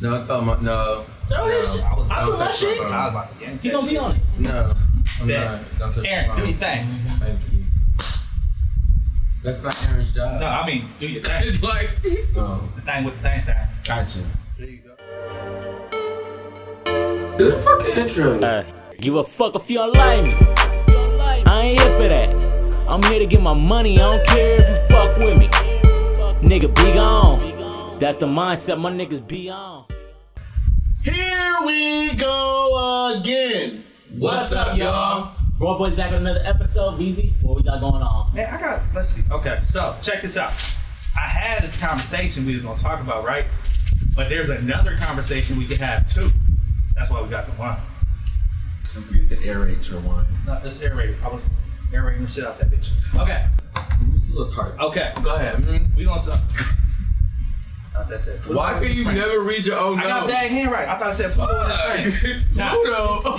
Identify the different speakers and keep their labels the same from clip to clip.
Speaker 1: No, oh my, no,
Speaker 2: Throw his
Speaker 1: No,
Speaker 2: shit.
Speaker 3: I was-
Speaker 2: I threw
Speaker 1: I
Speaker 2: my
Speaker 1: was-
Speaker 2: shit.
Speaker 1: I
Speaker 3: I was about to yank
Speaker 2: He
Speaker 3: that
Speaker 2: gonna be
Speaker 3: shit.
Speaker 2: on it.
Speaker 1: no. I'm
Speaker 3: That-
Speaker 1: not. Don't touch
Speaker 3: Aaron,
Speaker 1: my
Speaker 3: do
Speaker 1: phone.
Speaker 3: your thing.
Speaker 1: Thank you. That's not Aaron's job.
Speaker 3: No, I mean, do your thing.
Speaker 1: It's like.
Speaker 4: Oh,
Speaker 3: The thing with the thing thing.
Speaker 4: gotcha.
Speaker 1: Do the fucking intro.
Speaker 5: Uh, give a fuck if you don't like me. I ain't here for that. I'm here to get my money. I don't care if you fuck with me. Nigga, be gone. That's the mindset my niggas be on.
Speaker 4: Here we go again. What's up, y'all?
Speaker 5: Raw Boys back with another episode. VZ, what we got going on?
Speaker 3: Man, I got. Let's see. Okay, so check this out. I had a conversation we was gonna talk about, right? But there's another conversation we could have too. That's why we got the wine.
Speaker 4: Don't forget to aerate your wine.
Speaker 3: No, it's aerated. I was aerating the shit out that bitch. Okay,
Speaker 1: Who's the tart?
Speaker 3: okay.
Speaker 1: Go ahead. mm.
Speaker 3: We gonna talk. Oh, that's it.
Speaker 1: Why can you
Speaker 3: Friends.
Speaker 1: never read your own
Speaker 3: I got
Speaker 1: notes?
Speaker 3: bad handwriting. I thought I said fuck on his friend. Nah.
Speaker 1: Pluto.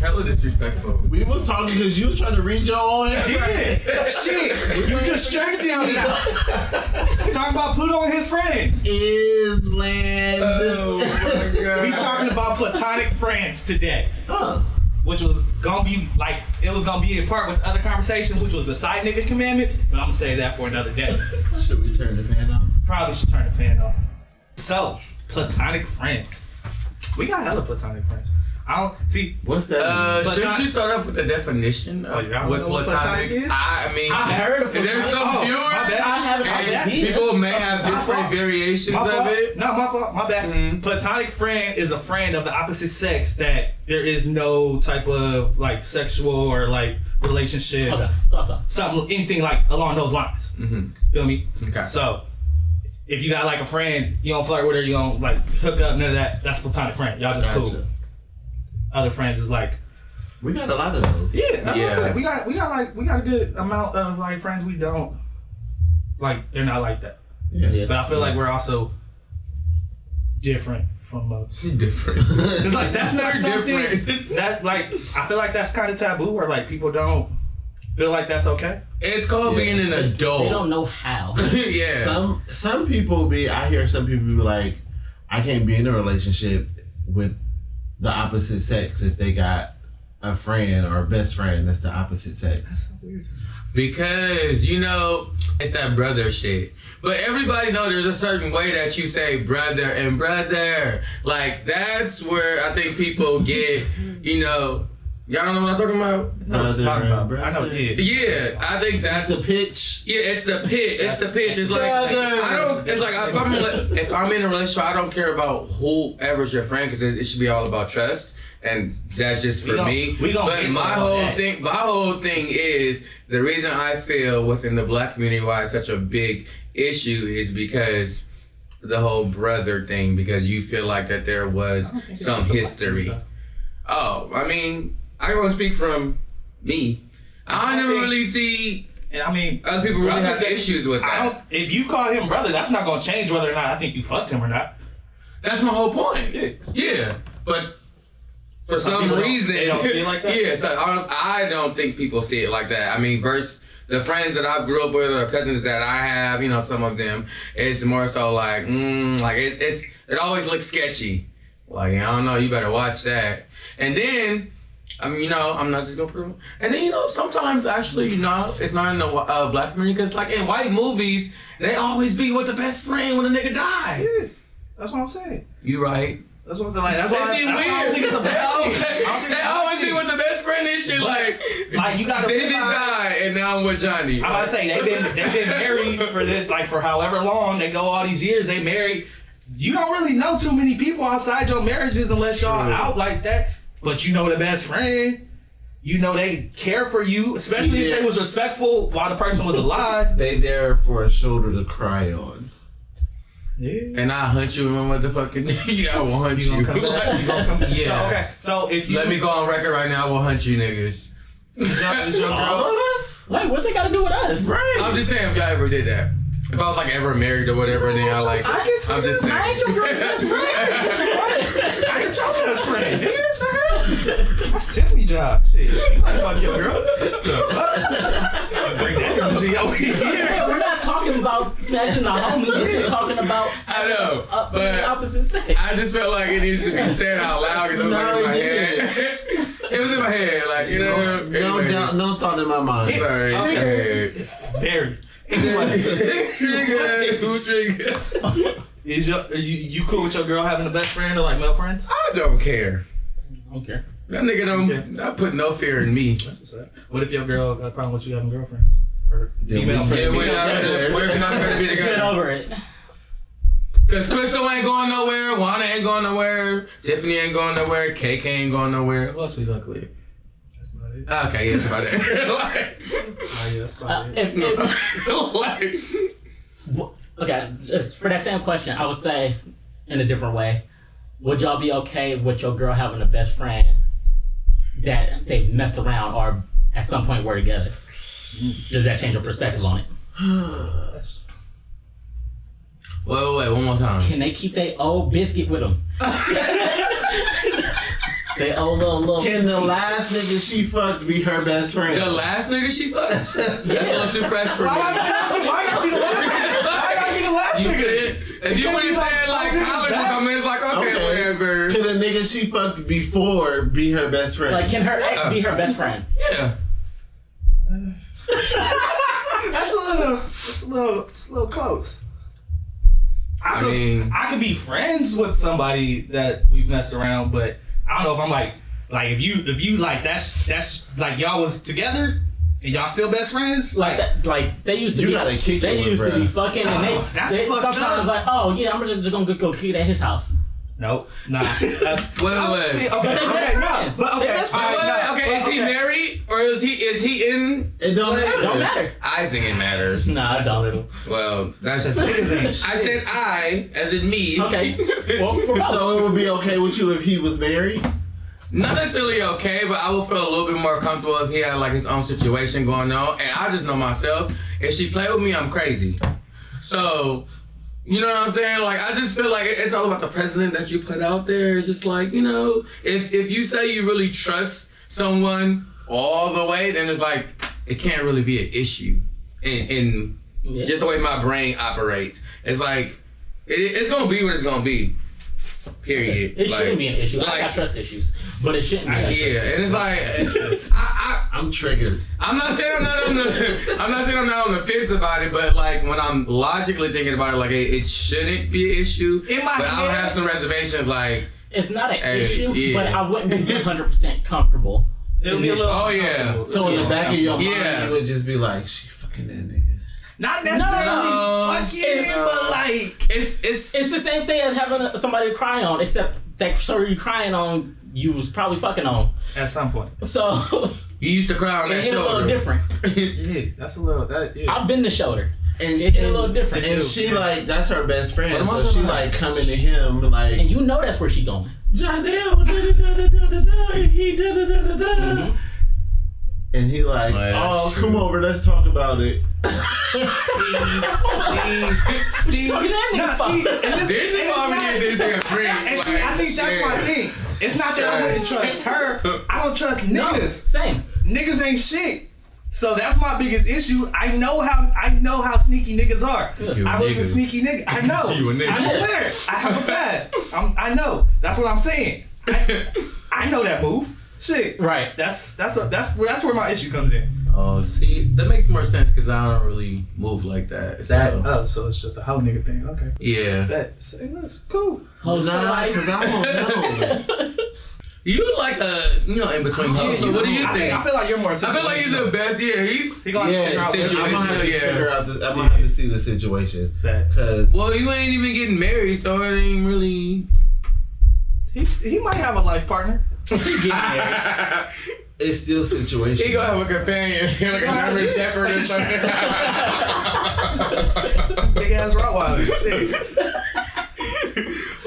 Speaker 1: Hella disrespectful.
Speaker 4: We was talking because you was trying to read your own handwriting.
Speaker 3: Shit, you distracted me now. Talk about Pluto and his friends.
Speaker 4: Island.
Speaker 1: Oh my god.
Speaker 3: We talking about platonic friends today.
Speaker 4: Huh.
Speaker 3: which was gonna be like it was gonna be a part with other conversation, which was the side nigga commandments. But I'm gonna say that for another day.
Speaker 4: Should we turn the fan off?
Speaker 3: Probably should turn the fan off. So platonic friends, we got hella platonic friends. I don't see.
Speaker 4: What's that?
Speaker 1: Uh,
Speaker 4: mean?
Speaker 1: shouldn't
Speaker 3: Platonic-
Speaker 1: you start off with the definition of
Speaker 3: Oh, y'all
Speaker 1: what
Speaker 3: know what
Speaker 1: platonic,
Speaker 3: platonic is?
Speaker 1: I, I mean,
Speaker 3: I heard of platonic.
Speaker 1: there's some
Speaker 3: Oh, my
Speaker 1: viewers
Speaker 3: bad.
Speaker 5: I have an
Speaker 1: and
Speaker 5: idea.
Speaker 1: people may have
Speaker 3: My
Speaker 1: different
Speaker 3: fault.
Speaker 1: variations
Speaker 3: My
Speaker 1: of
Speaker 3: fault.
Speaker 1: it.
Speaker 3: No, my fault. My bad.
Speaker 1: Mhm.
Speaker 3: Platonic friend is a friend of the opposite sex that there is no type of like sexual or like relationship,
Speaker 5: Okay, thought so.
Speaker 3: something, anything like along those lines.
Speaker 1: Mhm.
Speaker 3: Feel me?
Speaker 1: Okay.
Speaker 3: So if you got like a friend, you don't flirt with her, you don't like hook up, none of that. That's platonic friend. Y'all just cool.
Speaker 4: Gotcha.
Speaker 3: Other friends is like
Speaker 4: We got a lot of those.
Speaker 3: yeah. That's
Speaker 1: Yeah.
Speaker 3: What I'm saying. We got we got like we got a good amount of like friends we don't like. They're not like that.
Speaker 4: Yeah.
Speaker 5: Yeah.
Speaker 3: But I feel like we're also different from most.
Speaker 1: different.
Speaker 3: It's like that's not
Speaker 1: We're
Speaker 3: something
Speaker 1: different.
Speaker 3: that like I feel like that's kind of taboo where like people don't feel like that's okay.
Speaker 1: it's called
Speaker 4: Yeah.
Speaker 1: being an adult.
Speaker 5: They don't know how.
Speaker 1: yeah.
Speaker 4: Some some people be I hear some people be like, I can't be in a relationship with the opposite sex if they got a friend or a best friend that's the opposite sex.
Speaker 1: Because you know it's that brother shit. But everybody know there's a certain way that you say brother and brother. Like that's where I think people get, you know, y'all know what I'm talking about.
Speaker 3: I know what
Speaker 4: Brother
Speaker 3: you're talking about.
Speaker 4: and
Speaker 3: I know.
Speaker 4: brother.
Speaker 3: Yeah.
Speaker 1: Yeah, I think that's
Speaker 4: That's
Speaker 1: the
Speaker 4: the pitch.
Speaker 1: yeah. It's the pitch. It's the pitch. It's like
Speaker 4: Brother.
Speaker 1: I don't. It's like if I'm in, a- if I'm in a relationship, I don't care about whoever's your friend because it, it should be all about trust. And that's just
Speaker 3: We
Speaker 1: for
Speaker 3: gon-
Speaker 1: me.
Speaker 3: we gon'
Speaker 1: but
Speaker 3: get
Speaker 1: my
Speaker 3: to
Speaker 1: whole
Speaker 3: that.
Speaker 1: thing, my whole thing is the reason I feel within the black community why it's such a big issue is because the whole brother thing. Because you feel like that there was some history. Oh, I mean, I won't speak from me. I,
Speaker 3: I
Speaker 1: never
Speaker 3: think-
Speaker 1: really see
Speaker 3: And I mean,
Speaker 1: other people really
Speaker 3: Brother
Speaker 1: have
Speaker 3: thing-
Speaker 1: issues with
Speaker 3: I
Speaker 1: that.
Speaker 3: don't, if you call him brother, that's not gonna change whether or not I think you fucked him or not.
Speaker 1: That's my whole point.
Speaker 3: Yeah.
Speaker 1: Yeah, but for
Speaker 3: Some
Speaker 1: some,
Speaker 3: people don't-
Speaker 1: reason,
Speaker 3: they don't see it like that?
Speaker 1: yeah, so I don't, I don't think people see it like that. I mean, verse the friends that I've grew up with or cousins that I have, you know, some of them, it's more so like, mm, like it, it's it always looks sketchy. Like I don't know, you better watch that. And then. I mean, you know, I'm not just gonna prove. it. And then you know, sometimes actually, you know, it's not in the uh, black community because, like, in white movies, they always be with the best friend when a nigga die.
Speaker 3: Yeah, that's what I'm saying.
Speaker 1: You right?
Speaker 3: That's what I'm saying. Like, that's why,
Speaker 1: It'd be
Speaker 3: that's why I
Speaker 1: weird.
Speaker 3: don't think it's a
Speaker 1: They
Speaker 3: bad
Speaker 1: always,
Speaker 3: thing. I don't think
Speaker 1: they
Speaker 3: it's a
Speaker 1: always
Speaker 3: bad
Speaker 1: be
Speaker 3: thing.
Speaker 1: with the best friend and shit. Like,
Speaker 3: Like, you gotta
Speaker 1: David
Speaker 3: realize-
Speaker 1: died, and now I'm with Johnny.
Speaker 3: I'm about to say they've been they've been married for this like for however long they go all these years they married. You don't really know too many people outside your marriages unless y'all
Speaker 1: True.
Speaker 3: out like that. But you know the best friend. You know they care for you, especially if
Speaker 4: Yeah.
Speaker 3: they was respectful while the person was alive.
Speaker 4: They there for a shoulder to cry on.
Speaker 3: Yeah.
Speaker 1: and I hunt you, my motherfucking. Yeah, I will hunt
Speaker 3: You
Speaker 1: you.
Speaker 3: gonna come back? You gonna come back?
Speaker 1: Yeah.
Speaker 3: So okay. So if you
Speaker 1: Let me go on record right now. I will hunt you, niggas.
Speaker 3: is your, is your
Speaker 4: All
Speaker 3: girl
Speaker 4: of us?
Speaker 5: Wait, what they got to do with us?
Speaker 4: Right.
Speaker 1: I'm just saying, if y'all ever did that, if I was like ever married or whatever, then I like.
Speaker 3: I can see
Speaker 1: I'm just
Speaker 3: that.
Speaker 1: saying.
Speaker 5: I ain't your girl's best friend.
Speaker 3: I ain't your best friend, nigga. What the hell? That's Tiffany's job. Shit, you might fuck your girl. Bring that energy over here.
Speaker 5: We're not talking
Speaker 2: about smashing a homie, you're talking about
Speaker 1: I know,
Speaker 2: uh, from
Speaker 1: but-
Speaker 2: the opposite sex.
Speaker 1: I just felt like it needs to be said out loud because I was
Speaker 4: No,
Speaker 1: like in my
Speaker 4: it
Speaker 1: head. it was in my head, like you know.
Speaker 4: No, no
Speaker 1: anyway,
Speaker 4: doubt, no thought in my mind.
Speaker 1: Sorry.
Speaker 3: Okay. Very.
Speaker 1: Trigger, who trigger?
Speaker 3: Is your are you you cool with your girl having a best friend or like male friends?
Speaker 1: I don't care.
Speaker 4: Okay.
Speaker 1: That nigga don't.
Speaker 3: Okay.
Speaker 1: Not put no fear in me.
Speaker 3: That's what's up. What if your girl got a problem with you having girlfriends or
Speaker 4: Yeah,
Speaker 3: female
Speaker 4: we-
Speaker 1: Yeah,
Speaker 3: friends?
Speaker 1: we're not,
Speaker 4: together.
Speaker 1: gonna, we're not gonna be
Speaker 2: Get
Speaker 1: together.
Speaker 2: over it.
Speaker 1: Cause Crystal ain't going nowhere. Wanda ain't going nowhere. Tiffany ain't going nowhere. KK ain't going nowhere. Who else we fuck with?
Speaker 3: That's about it.
Speaker 1: Okay, yes, about that.
Speaker 3: Oh, yeah, that's about
Speaker 2: Uh,
Speaker 3: it.
Speaker 2: if, if,
Speaker 1: like, like,
Speaker 2: Wh- Okay, just for that same question, I would say in a different way. Would y'all be okay with your girl having a best friend that they messed around or at some point were together? Does that change your perspective on it?
Speaker 3: That's-
Speaker 1: wait, wait, wait, one more time.
Speaker 2: Can they keep their old biscuit with them? they old little little.
Speaker 4: Can the last nigga she fucked be her best friend?
Speaker 1: The last nigga she fucked? That's a little too fresh for me.
Speaker 3: Why gotta be the last nigga? Why gotta be the last
Speaker 1: You
Speaker 3: nigga?
Speaker 1: could, if you would have said like college or something, it's like okay,
Speaker 4: Okay.
Speaker 1: whatever.
Speaker 4: Can a nigga she fucked before be her best friend?
Speaker 2: Like, can her ex be her best friend?
Speaker 1: Yeah.
Speaker 3: That's a little, that's a little, that's a little close. I,
Speaker 1: I
Speaker 3: could,
Speaker 1: mean-
Speaker 3: I could be friends with somebody that we've messed around, but I don't know if I'm like, like if you, if you like that's that's like y'all was together and y'all still best friends,
Speaker 2: Like,
Speaker 3: like
Speaker 2: that, like they used to
Speaker 4: You
Speaker 2: be.
Speaker 4: gotta kick it
Speaker 2: they
Speaker 4: with
Speaker 2: used to be
Speaker 4: bruh.
Speaker 2: fucking, and they,
Speaker 3: That's
Speaker 2: they
Speaker 3: fucked
Speaker 2: sometimes
Speaker 3: up.
Speaker 2: like, oh yeah, I'm just, just gonna go kick it at his house.
Speaker 3: nope, nah. That's,
Speaker 1: Wait,
Speaker 3: I-
Speaker 1: wait, wait.
Speaker 3: See, okay,
Speaker 2: They're best
Speaker 3: okay, no,
Speaker 2: friends.
Speaker 3: but okay,
Speaker 2: They're best
Speaker 3: all
Speaker 1: Wait,
Speaker 3: right,
Speaker 1: wait,
Speaker 3: no,
Speaker 1: wait, okay,
Speaker 3: but
Speaker 1: is he
Speaker 3: okay.
Speaker 1: married or is he is he in?
Speaker 4: it don't matter.
Speaker 2: Don't matter.
Speaker 1: I think it matters.
Speaker 2: No, I
Speaker 3: That's a
Speaker 2: don't.
Speaker 3: little.
Speaker 1: Well, that's just.
Speaker 3: Niggas ain't shit.
Speaker 1: I said I, as in me.
Speaker 2: Okay. Well, for both.
Speaker 4: So it would be okay with you if he was married?
Speaker 1: Not necessarily okay, but I would feel a little bit more comfortable if he had like his own situation going on. And I just know myself. If she play with me, I'm crazy. So, you know what I'm saying? Like I just feel like it- it's all about the president that you put out there. It's just like you know, if if you say you really trust someone all the way, then it's like it can't really be an issue. In, in
Speaker 2: Yeah.
Speaker 1: just the way my brain operates, it's like it, it's gonna be what it's gonna be. Period.
Speaker 2: It
Speaker 1: Like-
Speaker 2: shouldn't be an issue. I
Speaker 1: like-
Speaker 2: got trust issues, but it shouldn't be. an issue.
Speaker 1: Yeah, and it's like I,
Speaker 4: I'm triggered.
Speaker 1: I I'm not saying I'm not on the I'm not saying I'm not on the fence about it, but like when I'm logically thinking about it, like it, it shouldn't be an issue.
Speaker 3: In my
Speaker 1: but I would
Speaker 3: head-
Speaker 1: have some reservations, like
Speaker 2: It's not an
Speaker 1: Hey,
Speaker 2: issue,
Speaker 1: yeah.
Speaker 2: but I wouldn't be 100% comfortable.
Speaker 3: It'll be a little.
Speaker 1: Oh, yeah.
Speaker 3: uncomfortable.
Speaker 4: So in the back of your
Speaker 1: Yeah.
Speaker 4: mind, you would just be like, she fucking that nigga.
Speaker 3: not necessarily
Speaker 1: No.
Speaker 3: fucking,
Speaker 1: No.
Speaker 3: but like.
Speaker 1: it's it's
Speaker 2: It's the same thing as having somebody to cry on, except that story you crying on, you was probably fucking on.
Speaker 3: At some point.
Speaker 2: So
Speaker 1: you used to cry on
Speaker 2: it
Speaker 1: that
Speaker 2: hit a little
Speaker 1: shoulder.
Speaker 2: different.
Speaker 3: Yeah, that's a little. That, yeah.
Speaker 2: I've been the shoulder.
Speaker 4: And,
Speaker 2: It hit a
Speaker 4: and-
Speaker 2: little different.
Speaker 4: And she like that's her best friend,
Speaker 1: But I'm
Speaker 4: so
Speaker 1: also
Speaker 4: she
Speaker 1: like-
Speaker 4: like coming to him like
Speaker 2: And you know that's where she going.
Speaker 4: Janelle, da da da da da da, he da da da da da. Mm-hmm. And he like,
Speaker 1: Oh, yeah,
Speaker 4: oh,
Speaker 1: that's
Speaker 4: come
Speaker 1: true.
Speaker 4: over, let's talk about it.
Speaker 3: see, see,
Speaker 2: talking to that nigga
Speaker 3: nah,
Speaker 2: for?
Speaker 3: see, and this,
Speaker 1: This is
Speaker 3: and it's
Speaker 1: why we
Speaker 3: not-
Speaker 1: get this nigga free.
Speaker 3: And see, I think that's my thing. It's not that I wouldn't
Speaker 1: Shit.
Speaker 3: trust her. I don't trust
Speaker 2: No,
Speaker 3: niggas.
Speaker 2: same.
Speaker 3: Niggas ain't shit. So that's my biggest issue. I know how I know how sneaky niggas are.
Speaker 1: You
Speaker 3: I
Speaker 1: a
Speaker 3: was a
Speaker 1: nigga.
Speaker 3: sneaky nigga. I know.
Speaker 1: You a nigga.
Speaker 3: I'm aware. I have a past. I'm, I know. That's what I'm saying. I, I know that move. Shit.
Speaker 2: Right.
Speaker 3: That's that's a, that's that's where my issue comes in.
Speaker 1: Oh, see, that makes more sense because I don't really move like that. so-
Speaker 3: oh, so it's just a whole nigga thing. Okay.
Speaker 1: yeah.
Speaker 3: That say that's cool.
Speaker 1: Oh,
Speaker 2: Whole
Speaker 4: Nah,
Speaker 2: life.
Speaker 4: because I don't know.
Speaker 1: You like a you know in between.
Speaker 4: Yeah,
Speaker 1: so
Speaker 4: you
Speaker 1: what do
Speaker 4: know,
Speaker 1: you
Speaker 3: I
Speaker 1: think?
Speaker 3: I feel like you're more.
Speaker 1: I feel like he's the best. Yeah, he's
Speaker 3: He gonna
Speaker 4: yeah,
Speaker 3: figure out
Speaker 1: situation,
Speaker 4: I'm gonna have to
Speaker 1: yeah.
Speaker 4: figure out. This, I'm gonna have to see the situation
Speaker 3: That.
Speaker 4: because
Speaker 1: Well, you ain't even getting married, so it ain't really.
Speaker 3: He, he might have a life partner.
Speaker 2: Getting married.
Speaker 4: it's still situation.
Speaker 1: He gonna have a companion, like a German Shepherd or something.
Speaker 3: Big ass Rottweiler. Shit.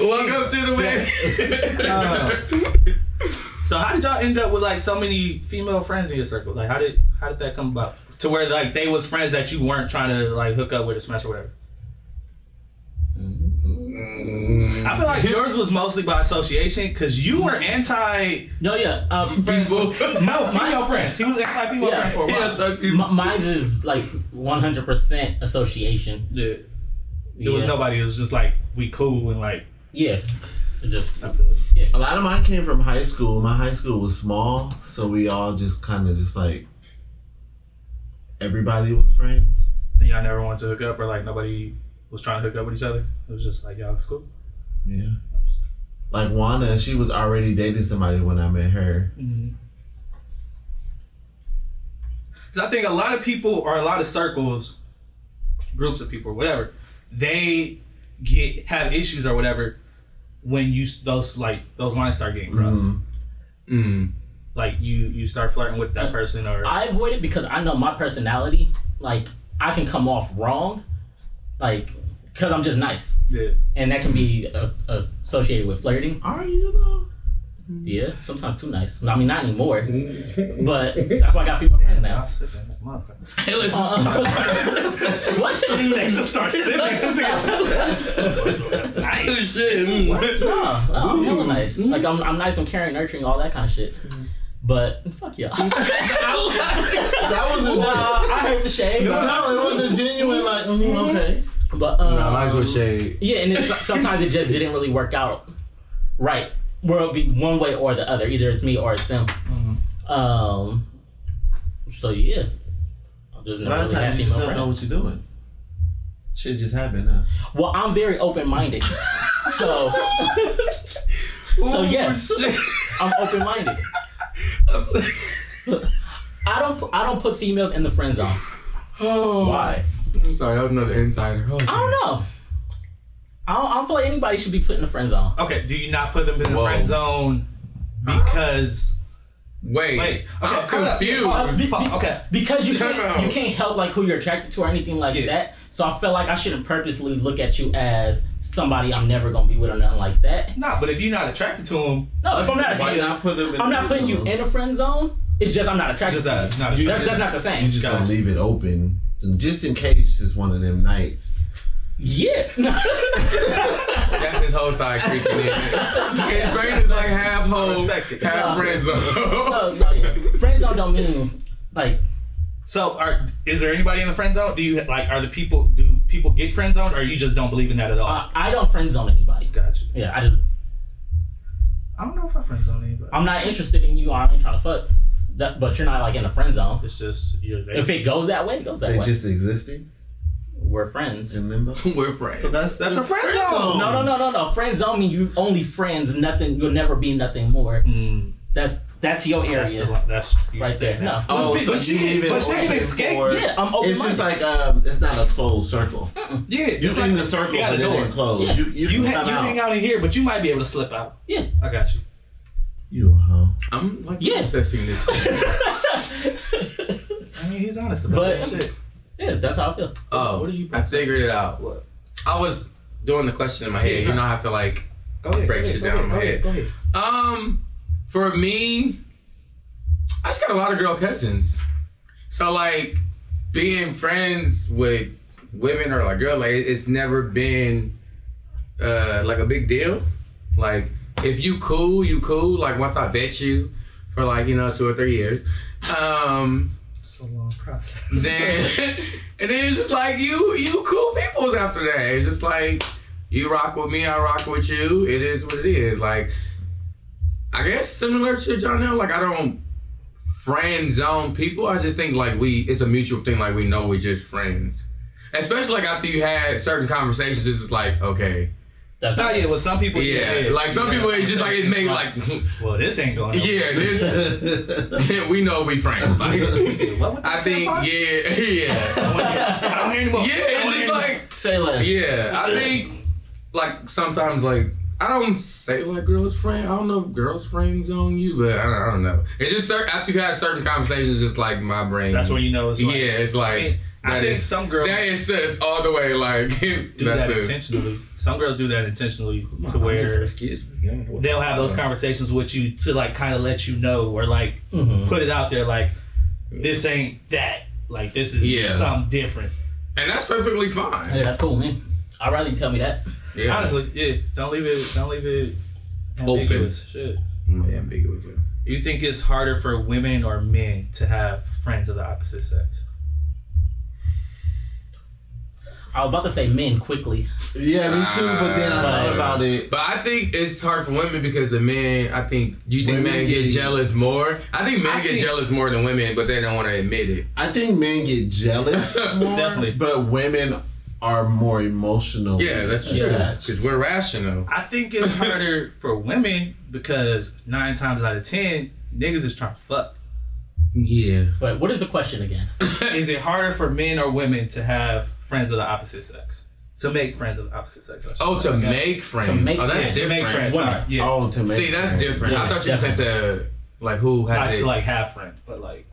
Speaker 1: Welcome to the way.
Speaker 3: Uh, so how did y'all end up with like so many female friends in your circle? Like how did how did that come about? To where like they was friends that you weren't trying to like hook up with or smash or whatever.
Speaker 2: Mm-hmm.
Speaker 3: I feel like yours was mostly by association because you were anti
Speaker 2: No, yeah. Um, friends,
Speaker 1: People.
Speaker 3: no female friends. He was anti female
Speaker 2: Yeah.
Speaker 3: friends for a while.
Speaker 1: Yeah, so people-
Speaker 2: m- mine's is like one hundred percent association.
Speaker 3: Yeah. There was
Speaker 2: Yeah.
Speaker 3: nobody. It was just like we cool and like.
Speaker 2: Yeah, It just
Speaker 4: A lot of mine came from high school. My high school was small, so we all just kind of just like everybody was friends.
Speaker 3: And y'all never wanted to hook up or like nobody was trying to hook up with each other. It was just like y'all was cool.
Speaker 4: Yeah. Like Juana, she was already dating somebody when I met her.
Speaker 3: Because I think a lot of people or a lot of circles, groups of people or whatever, they get have issues or whatever when you those like those lines start getting crossed.
Speaker 4: Mhm.
Speaker 1: Mm.
Speaker 3: Like you you start flirting with that person or
Speaker 2: Mm. I avoid it because I know my personality. Like I can come off wrong, like because I'm just nice,
Speaker 3: yeah.
Speaker 2: and that can be uh, associated with flirting.
Speaker 4: Are you though?
Speaker 2: Yeah, sometimes too nice. I mean, not anymore, but that's why I got female friends now. what?
Speaker 3: they just start sipping. This nigga- Nice.
Speaker 1: Shit.
Speaker 2: Nah, I'm hella nice. Like I'm, I'm nice. I'm caring, nurturing, all that kind of shit. But fuck y'all. nah,
Speaker 4: That was a
Speaker 2: I heard the shade.
Speaker 4: no, it was a genuine like mhm, okay.
Speaker 2: But um,
Speaker 1: Nah, mine's with shade.
Speaker 2: Yeah, and it's, sometimes it just didn't really work out right. Where it'll be one way or the other. Either it's me or it's them.
Speaker 3: Mm-hmm.
Speaker 2: Um. So yeah, I'm just
Speaker 4: A
Speaker 2: not
Speaker 4: lot of
Speaker 2: really
Speaker 4: times
Speaker 2: happy.
Speaker 4: you just don't know what you're doing. Shit just happened, huh?
Speaker 2: Well, I'm very open minded. so So, yes.
Speaker 3: Ooh, shit.
Speaker 2: I'm open minded.
Speaker 3: I'm sorry.
Speaker 2: I don't I don't put females in the friend zone.
Speaker 4: Why?
Speaker 1: I'm sorry, that was another insider. Hold
Speaker 2: I don't know. I don't, I don't feel like anybody should be put in the friend zone.
Speaker 3: Okay, do you not put them in the
Speaker 1: Whoa.
Speaker 3: friend zone because
Speaker 1: Wait.
Speaker 3: wait? Okay,
Speaker 1: I'm
Speaker 3: hold up.
Speaker 1: confused.
Speaker 3: Pause. Fuck, Okay,
Speaker 2: Because you
Speaker 1: Time out.
Speaker 2: can't, you can't help like who you're attracted to or anything like
Speaker 3: Yeah.
Speaker 2: that. So I feel like I shouldn't purposely look at you as somebody I'm never gonna be with or nothing like that.
Speaker 3: nah, but if you're not attracted to them,
Speaker 2: No, if I'm not,
Speaker 4: Why not put them in
Speaker 2: I'm
Speaker 4: the
Speaker 2: not putting you
Speaker 4: room?
Speaker 2: in a friend zone. It's just I'm not attracted
Speaker 3: just
Speaker 2: to
Speaker 3: not,
Speaker 2: you.
Speaker 3: not
Speaker 2: That's, that's not the same.
Speaker 4: You just gonna
Speaker 3: Gotcha.
Speaker 4: leave it open. Just in case it's one of them nights.
Speaker 2: yeah.
Speaker 1: That's his whole side creeping in. His brain is like half whole,
Speaker 3: Respect it.
Speaker 1: half friend zone.
Speaker 2: no, no, yeah. Friend zone don't mean like
Speaker 3: So, are is there anybody in the friend zone? Do you like are the people do people get friend zone or you just don't believe in that at all?
Speaker 2: I, I don't friend zone anybody.
Speaker 3: gotcha.
Speaker 2: Yeah, I just
Speaker 3: I don't know if I friend zone anybody.
Speaker 2: I'm not interested in you. I ain't trying to fuck. That, but you're not like in a friend zone.
Speaker 3: it's just you're there.
Speaker 2: If it goes that way, it goes that
Speaker 4: They
Speaker 2: way.
Speaker 4: just existing
Speaker 2: We're friends.
Speaker 4: in limbo.
Speaker 1: We're friends.
Speaker 4: So that's
Speaker 3: That's a friend zone.
Speaker 2: No, no, no, no, no. Friend zone mean you only friends. Nothing. You'll never be nothing more.
Speaker 3: Mm,
Speaker 2: That's that's your
Speaker 3: that's
Speaker 2: area
Speaker 3: the li- that's you
Speaker 2: right
Speaker 3: stay
Speaker 2: there. No.
Speaker 4: Oh,
Speaker 3: But
Speaker 4: so
Speaker 3: she
Speaker 4: you
Speaker 3: can-
Speaker 4: leave it
Speaker 3: but she can
Speaker 4: open
Speaker 3: escape.
Speaker 4: for-
Speaker 2: Yeah, I'm open.
Speaker 4: It's just like um, it's not a closed circle.
Speaker 3: Yeah,
Speaker 4: You're in the circle,
Speaker 3: you got
Speaker 4: but
Speaker 3: a
Speaker 4: it
Speaker 3: door.
Speaker 4: ain't closed.
Speaker 2: Yeah.
Speaker 4: You you,
Speaker 3: You,
Speaker 4: can
Speaker 3: ha-
Speaker 4: come
Speaker 3: you
Speaker 4: out.
Speaker 3: hang out in here, but you might be able to slip out.
Speaker 2: yeah.
Speaker 3: I got you.
Speaker 4: You a hoe.
Speaker 1: I'm like
Speaker 2: Yeah.
Speaker 1: processing this.
Speaker 3: I mean, he's honest about
Speaker 2: But-
Speaker 3: that shit.
Speaker 2: yeah, that's how I feel.
Speaker 1: Oh,
Speaker 2: what are you?
Speaker 1: I figured it out.
Speaker 3: What?
Speaker 1: I was doing the question in my head. You know, I have to like
Speaker 3: Go ahead.
Speaker 1: Break
Speaker 3: go
Speaker 1: shit
Speaker 3: ahead,
Speaker 1: down
Speaker 3: go
Speaker 1: in my
Speaker 3: ahead,
Speaker 1: head.
Speaker 3: Go ahead.
Speaker 1: Um, for me, I just got a lot of girl cousins. So like, being friends with women or like girl, like it- it's never been uh like a big deal. Like if you cool, you cool. Like once I vet you for like you know two or three years, um,
Speaker 3: It's a long process.
Speaker 1: then and then it's just like you you cool peoples after that. It's just like you rock with me, I rock with you. It is what it is. Like I guess similar to John L, like I don't friend zone people. I just think like we it's a mutual thing, like we know we're just friends. Especially like after you had certain conversations, it's just like, okay.
Speaker 2: That's
Speaker 3: No,
Speaker 4: Oh,
Speaker 2: not
Speaker 3: yeah, with some people,
Speaker 1: Yeah.
Speaker 3: yeah,
Speaker 1: Like some
Speaker 3: yeah.
Speaker 1: people it's just like it make like
Speaker 3: Well, this ain't going.
Speaker 1: Yeah, this
Speaker 4: That's
Speaker 1: we know we friends. Like
Speaker 3: What was that
Speaker 1: I think
Speaker 3: tampon?
Speaker 1: yeah, yeah.
Speaker 3: I don't hear anymore.
Speaker 1: Yeah, it's just like
Speaker 4: Say less.
Speaker 1: Yeah, I think like sometimes like I don't say like girls friend. I don't know if girls friends on you, but I don't, I don't know. It's just cer- after you've had certain conversations, just like my brain.
Speaker 3: That's when you know it's like,
Speaker 1: yeah, it's like
Speaker 3: I mean, I
Speaker 1: that
Speaker 3: think
Speaker 1: is-
Speaker 3: some girls
Speaker 1: that is sus all the way. Like
Speaker 3: do
Speaker 1: that's
Speaker 3: that
Speaker 1: sus.
Speaker 3: intentionally. Some girls do that intentionally to where
Speaker 1: excuse me,
Speaker 3: they'll have those conversations with you to like kind of let you know or like
Speaker 1: Mm-hmm.
Speaker 2: Mhm.
Speaker 3: put it out there like this ain't that. Like this is
Speaker 1: Yeah.
Speaker 3: something different.
Speaker 1: and that's perfectly fine.
Speaker 2: Hey, that's cool, man. I'd rather you tell me that.
Speaker 1: Yeah,
Speaker 3: Honestly, yeah. Don't leave it. Don't leave it
Speaker 1: Open.
Speaker 3: ambiguous. Shit.
Speaker 1: Mm, yeah, ambiguous.
Speaker 3: You think it's harder for women or men to have friends of the opposite sex?
Speaker 2: I was about to say men quickly.
Speaker 4: Yeah, me too. But then I thought
Speaker 1: Uh,
Speaker 4: about it.
Speaker 1: But I think it's hard for women because the men. I think you think
Speaker 4: Women
Speaker 1: men
Speaker 4: get-
Speaker 1: get jealous more. I think men
Speaker 4: I
Speaker 1: get
Speaker 4: think-
Speaker 1: jealous more than women, but they don't want to admit it.
Speaker 4: I think men get jealous, more,
Speaker 3: Definitely.
Speaker 4: but women are more emotional.
Speaker 1: Yeah, that's true. Because we're rational.
Speaker 3: I think it's harder for women because nine times out of ten, niggas is trying to fuck.
Speaker 1: Yeah.
Speaker 2: But what is the question again?
Speaker 3: Is it harder for men or women to have friends of the opposite sex? To make friends of the opposite sex. I should
Speaker 1: Oh, to
Speaker 3: say.
Speaker 1: make friends.
Speaker 2: make
Speaker 1: oh,
Speaker 3: Yeah,
Speaker 1: that's
Speaker 3: to
Speaker 1: different.
Speaker 3: make friends.
Speaker 2: Women.
Speaker 3: sorry. Yeah.
Speaker 4: Oh, to make
Speaker 1: See, that's
Speaker 4: friends.
Speaker 1: different. I
Speaker 2: Yeah,
Speaker 1: thought you said to like who
Speaker 3: Not
Speaker 1: has
Speaker 3: to
Speaker 1: it.
Speaker 3: like have friends, but like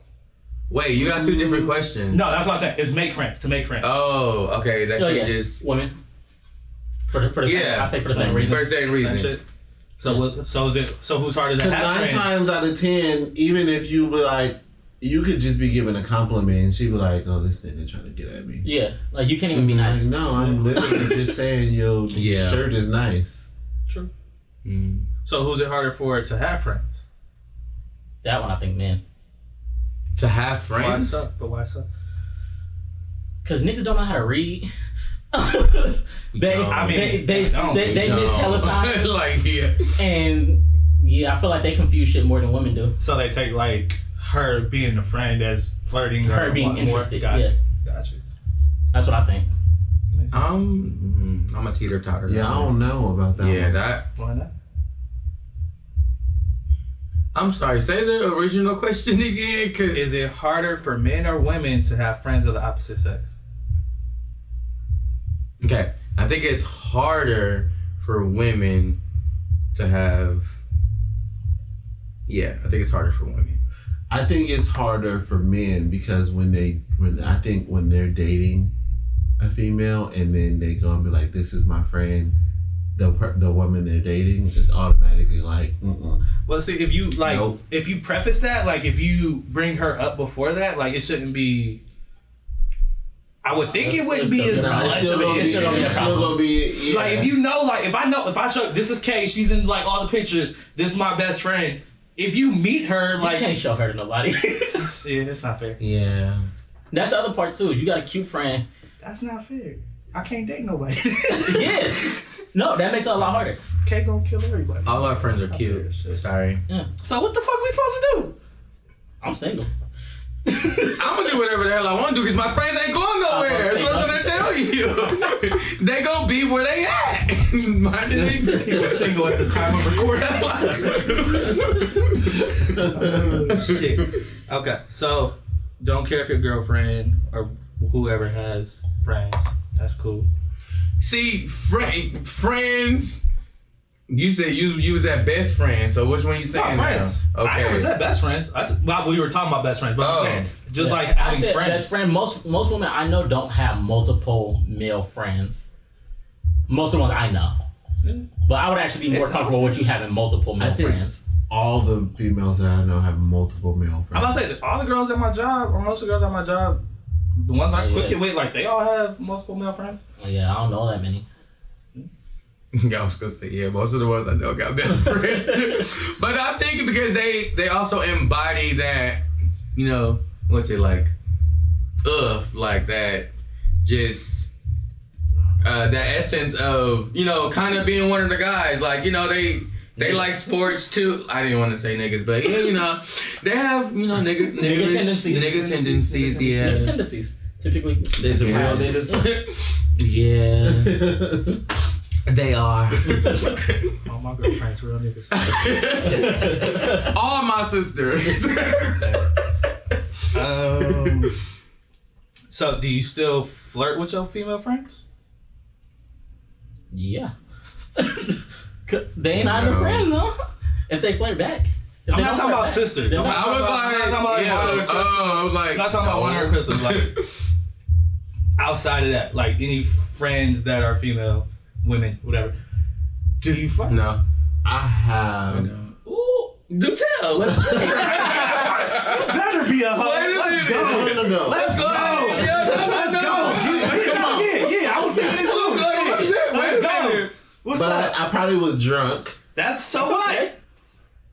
Speaker 1: Wait, you got two different questions.
Speaker 3: no, that's what I'm saying. It's make friends to make friends.
Speaker 1: Oh, okay. That
Speaker 2: Oh, yeah.
Speaker 1: changes.
Speaker 2: Women. For the, for the same,
Speaker 1: Yeah.
Speaker 2: I say for the
Speaker 1: For
Speaker 2: same reason.
Speaker 1: the same
Speaker 3: That
Speaker 1: reason.
Speaker 3: shit. So what, so is it so who's harder to
Speaker 4: Because
Speaker 3: have
Speaker 4: nine
Speaker 3: friends?
Speaker 4: times out of ten, even if you were like, you could just be given a compliment, and she'd be like, "Oh, this nigga trying to get at me."
Speaker 2: Yeah, like you can't even be nice.
Speaker 4: Like, no, I'm literally just saying your
Speaker 1: Yeah.
Speaker 4: shirt is nice.
Speaker 1: Mm.
Speaker 3: So who's it harder for to have friends?
Speaker 2: That one I think men,
Speaker 1: To have
Speaker 3: Why
Speaker 1: friends.
Speaker 3: so? But why so?
Speaker 2: cause niggas don't know how to read. they,
Speaker 1: don't.
Speaker 2: I mean, they they
Speaker 3: We don't.
Speaker 2: they, they miss
Speaker 1: No.
Speaker 2: hella signs,
Speaker 1: like yeah.
Speaker 2: and yeah, I feel like they confuse shit more than women do.
Speaker 3: So they take like her being a friend as flirting. or
Speaker 2: Her being
Speaker 3: want
Speaker 2: interested,
Speaker 3: Gotcha. Gotcha.
Speaker 2: That's what I think.
Speaker 3: Makes sense.
Speaker 1: Um, mm, I'm a teeter totter.
Speaker 4: Yeah, I don't know about that.
Speaker 1: Yeah,
Speaker 4: one.
Speaker 1: that.
Speaker 3: Why not?
Speaker 1: I'm sorry. Say the original question again, cause
Speaker 3: Is it harder for men or women to have friends of the opposite sex?
Speaker 1: okay, I think it's harder for women to have. Yeah, I think it's harder for women.
Speaker 4: I think it's harder for men because when they when I think when they're dating a female and then they go and be like, "This is my friend," the per- the woman they're dating is automatically like, Mm-mm.
Speaker 3: Well, see, if you like,
Speaker 4: Nope.
Speaker 3: if you preface that, like, if you bring her up before that, like, it shouldn't be. I would think it
Speaker 2: that's-
Speaker 3: wouldn't
Speaker 2: that's
Speaker 3: be as
Speaker 2: still-
Speaker 4: "No,
Speaker 2: Nah,
Speaker 3: much
Speaker 4: it's still
Speaker 3: of an
Speaker 4: gonna be,
Speaker 3: issue.
Speaker 4: it's
Speaker 2: should be a
Speaker 4: still gonna be." yeah.
Speaker 3: Like if you know, like if I know, if I show this is Kay, she's in like all the pictures. This is my best friend. If you meet her,
Speaker 2: you can't
Speaker 3: like
Speaker 2: show her to nobody.
Speaker 3: yeah, that's not fair.
Speaker 1: Yeah.
Speaker 2: That's the other part too. You got a cute friend.
Speaker 3: That's not fair. I can't date nobody.
Speaker 2: Yeah. No, that makes it a lot harder.
Speaker 3: Kay gonna kill everybody.
Speaker 1: All our friends are cute. Sorry.
Speaker 3: So what the fuck we supposed to do?
Speaker 2: I'm single.
Speaker 1: I'm gonna do whatever the hell I want to do because my friends ain't going nowhere. That's what I'm gonna tell you. they gonna be where they at. Mine is
Speaker 3: He was single at the time of recording. Shit. Okay, so don't care if your girlfriend or whoever has friends. That's cool.
Speaker 1: See, friend, friends. You said you you was at best friend. So which one you
Speaker 3: Not
Speaker 1: saying? now?
Speaker 3: friends. I never
Speaker 1: Okay.
Speaker 3: said best friends. I just, well, we were talking about best friends, but
Speaker 1: Oh.
Speaker 3: I'm saying just
Speaker 2: Yeah.
Speaker 3: like
Speaker 2: I
Speaker 3: having
Speaker 2: said
Speaker 3: friends.
Speaker 2: best friend. Most most women I know don't have multiple male friends. Most of the ones I know. But I would actually be more
Speaker 3: It's not-
Speaker 2: comfortable with you having multiple male
Speaker 4: I think-
Speaker 2: friends.
Speaker 4: all the females that I know have multiple male
Speaker 3: I'm about
Speaker 4: friends.
Speaker 3: to say that all the girls at my job, or most of the girls at my job, the ones I
Speaker 2: Oh, Yeah.
Speaker 3: quit it with, like they all have multiple male friends.
Speaker 2: Yeah, I don't know that many.
Speaker 1: Yeah, I was gonna say yeah. Most of the ones I know got best friends too. But I think because they they also embody that, you know, what's it like, ugh, like that, just. Uh, the essence of you know kind of being one of the guys like you know they they like sports too i didn't want to say niggas but yeah you know they have you know nigga nigga
Speaker 2: tendencies.
Speaker 1: tendencies nigga tendencies yeah
Speaker 2: There's tendencies. Typically
Speaker 4: There's a real
Speaker 1: Yes.
Speaker 4: niggas.
Speaker 1: yeah, they are.
Speaker 3: All my girlfriends, real niggas.
Speaker 1: All my sisters.
Speaker 3: um, so, do you still flirt with your female friends?
Speaker 2: Yeah. they ain't out of
Speaker 1: No.
Speaker 2: friends, huh? If they play back. If
Speaker 3: I'm
Speaker 2: they
Speaker 3: not
Speaker 2: don't
Speaker 3: talking
Speaker 2: play
Speaker 3: about
Speaker 2: back.
Speaker 3: sisters.
Speaker 2: They're
Speaker 3: I'm
Speaker 2: not-
Speaker 1: I was
Speaker 3: I'm
Speaker 1: like,
Speaker 3: not talking about
Speaker 1: yeah,
Speaker 3: Monica Crystal.
Speaker 1: oh, I was like,
Speaker 3: I'm not talking about one or Christmas. Like outside of that, like any friends that are female, women, whatever. Do you flirt?
Speaker 1: No.
Speaker 4: I have.
Speaker 1: Ooh, do tell. Let's,
Speaker 3: Better be a hoe.
Speaker 1: Wait a minute.
Speaker 3: Let's go.
Speaker 4: No, no, no.
Speaker 3: Let's
Speaker 1: go.
Speaker 3: go.
Speaker 1: Let's go.
Speaker 3: Yeah, yeah, I was thinking it too. Shit. Let's go. What's
Speaker 4: But
Speaker 3: up?
Speaker 4: I, I probably was drunk.
Speaker 3: That's so what?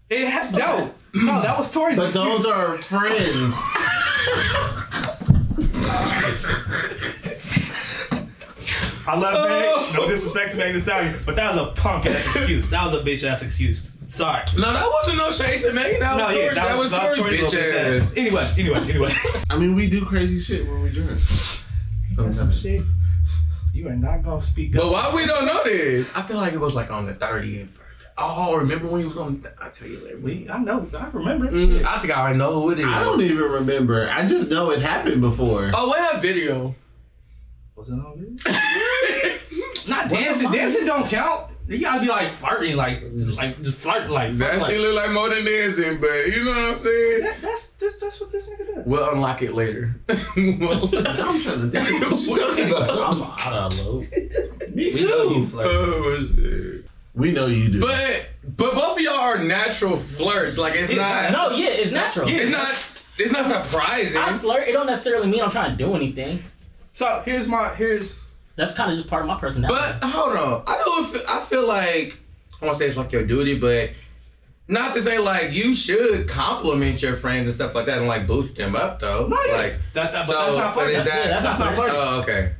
Speaker 3: It has no, no. That was Tori's.
Speaker 4: But
Speaker 3: excuse.
Speaker 4: those are friends.
Speaker 3: I love Meg. No disrespect to Meg Thee Stallion, but that was a punk ass excuse. That was a bitch ass excuse. Sorry.
Speaker 1: No, that wasn't no shade to Megan. That
Speaker 3: No,
Speaker 1: was
Speaker 3: yeah,
Speaker 1: Tory. That was
Speaker 3: that was
Speaker 1: Tory,
Speaker 3: Tory's little
Speaker 1: bitch ass.
Speaker 3: Anyway, anyway, anyway.
Speaker 4: I mean, we do crazy shit when we drink. Sometimes.
Speaker 3: shit. You are not gonna speak
Speaker 1: But why we don't know this? I feel like it was like on the 30th. Oh, remember when he was on? I'll tell you later.
Speaker 3: We, I know, mm-hmm. I remember.
Speaker 1: Mm,
Speaker 3: Shit.
Speaker 1: I think I already know who it is.
Speaker 4: I don't even remember. I just know it happened before.
Speaker 1: Oh, we have video.
Speaker 3: Was it on video? Not dancing.
Speaker 4: the
Speaker 3: Dancing don't count. You gotta be like flirting, like just like just flirting, like.
Speaker 1: That
Speaker 3: like
Speaker 1: shit look like more than dancing, but you know what I'm saying?
Speaker 3: that, that's, that's that's what this nigga does.
Speaker 1: We'll unlock it later. We'll-
Speaker 4: I'm trying to think. What you talking about?
Speaker 2: I'm out of loop.
Speaker 4: Me
Speaker 3: We Uh, know you
Speaker 4: too.
Speaker 3: flirt.
Speaker 1: oh, shit.
Speaker 4: We know you do.
Speaker 1: But but both of y'all are natural flirts. Like it's not.
Speaker 2: No, yeah, it's natural.
Speaker 1: It's not. It's not surprising.
Speaker 2: I flirt. It don't necessarily mean I'm trying to do anything.
Speaker 3: So here's my here's
Speaker 2: That's kind of just part of my personality.
Speaker 1: But hold on, I don't. Feel, I feel like I want to say it's like your duty, but not to say like you should compliment your friends and stuff like that and like boost them up though.
Speaker 3: No, yeah.
Speaker 1: Like
Speaker 3: That- that- but
Speaker 1: so,
Speaker 3: that's not
Speaker 1: but
Speaker 3: flirting.
Speaker 1: is
Speaker 2: Yeah,
Speaker 1: that-
Speaker 2: that's not
Speaker 3: flirting. Uh,
Speaker 1: Oh, okay.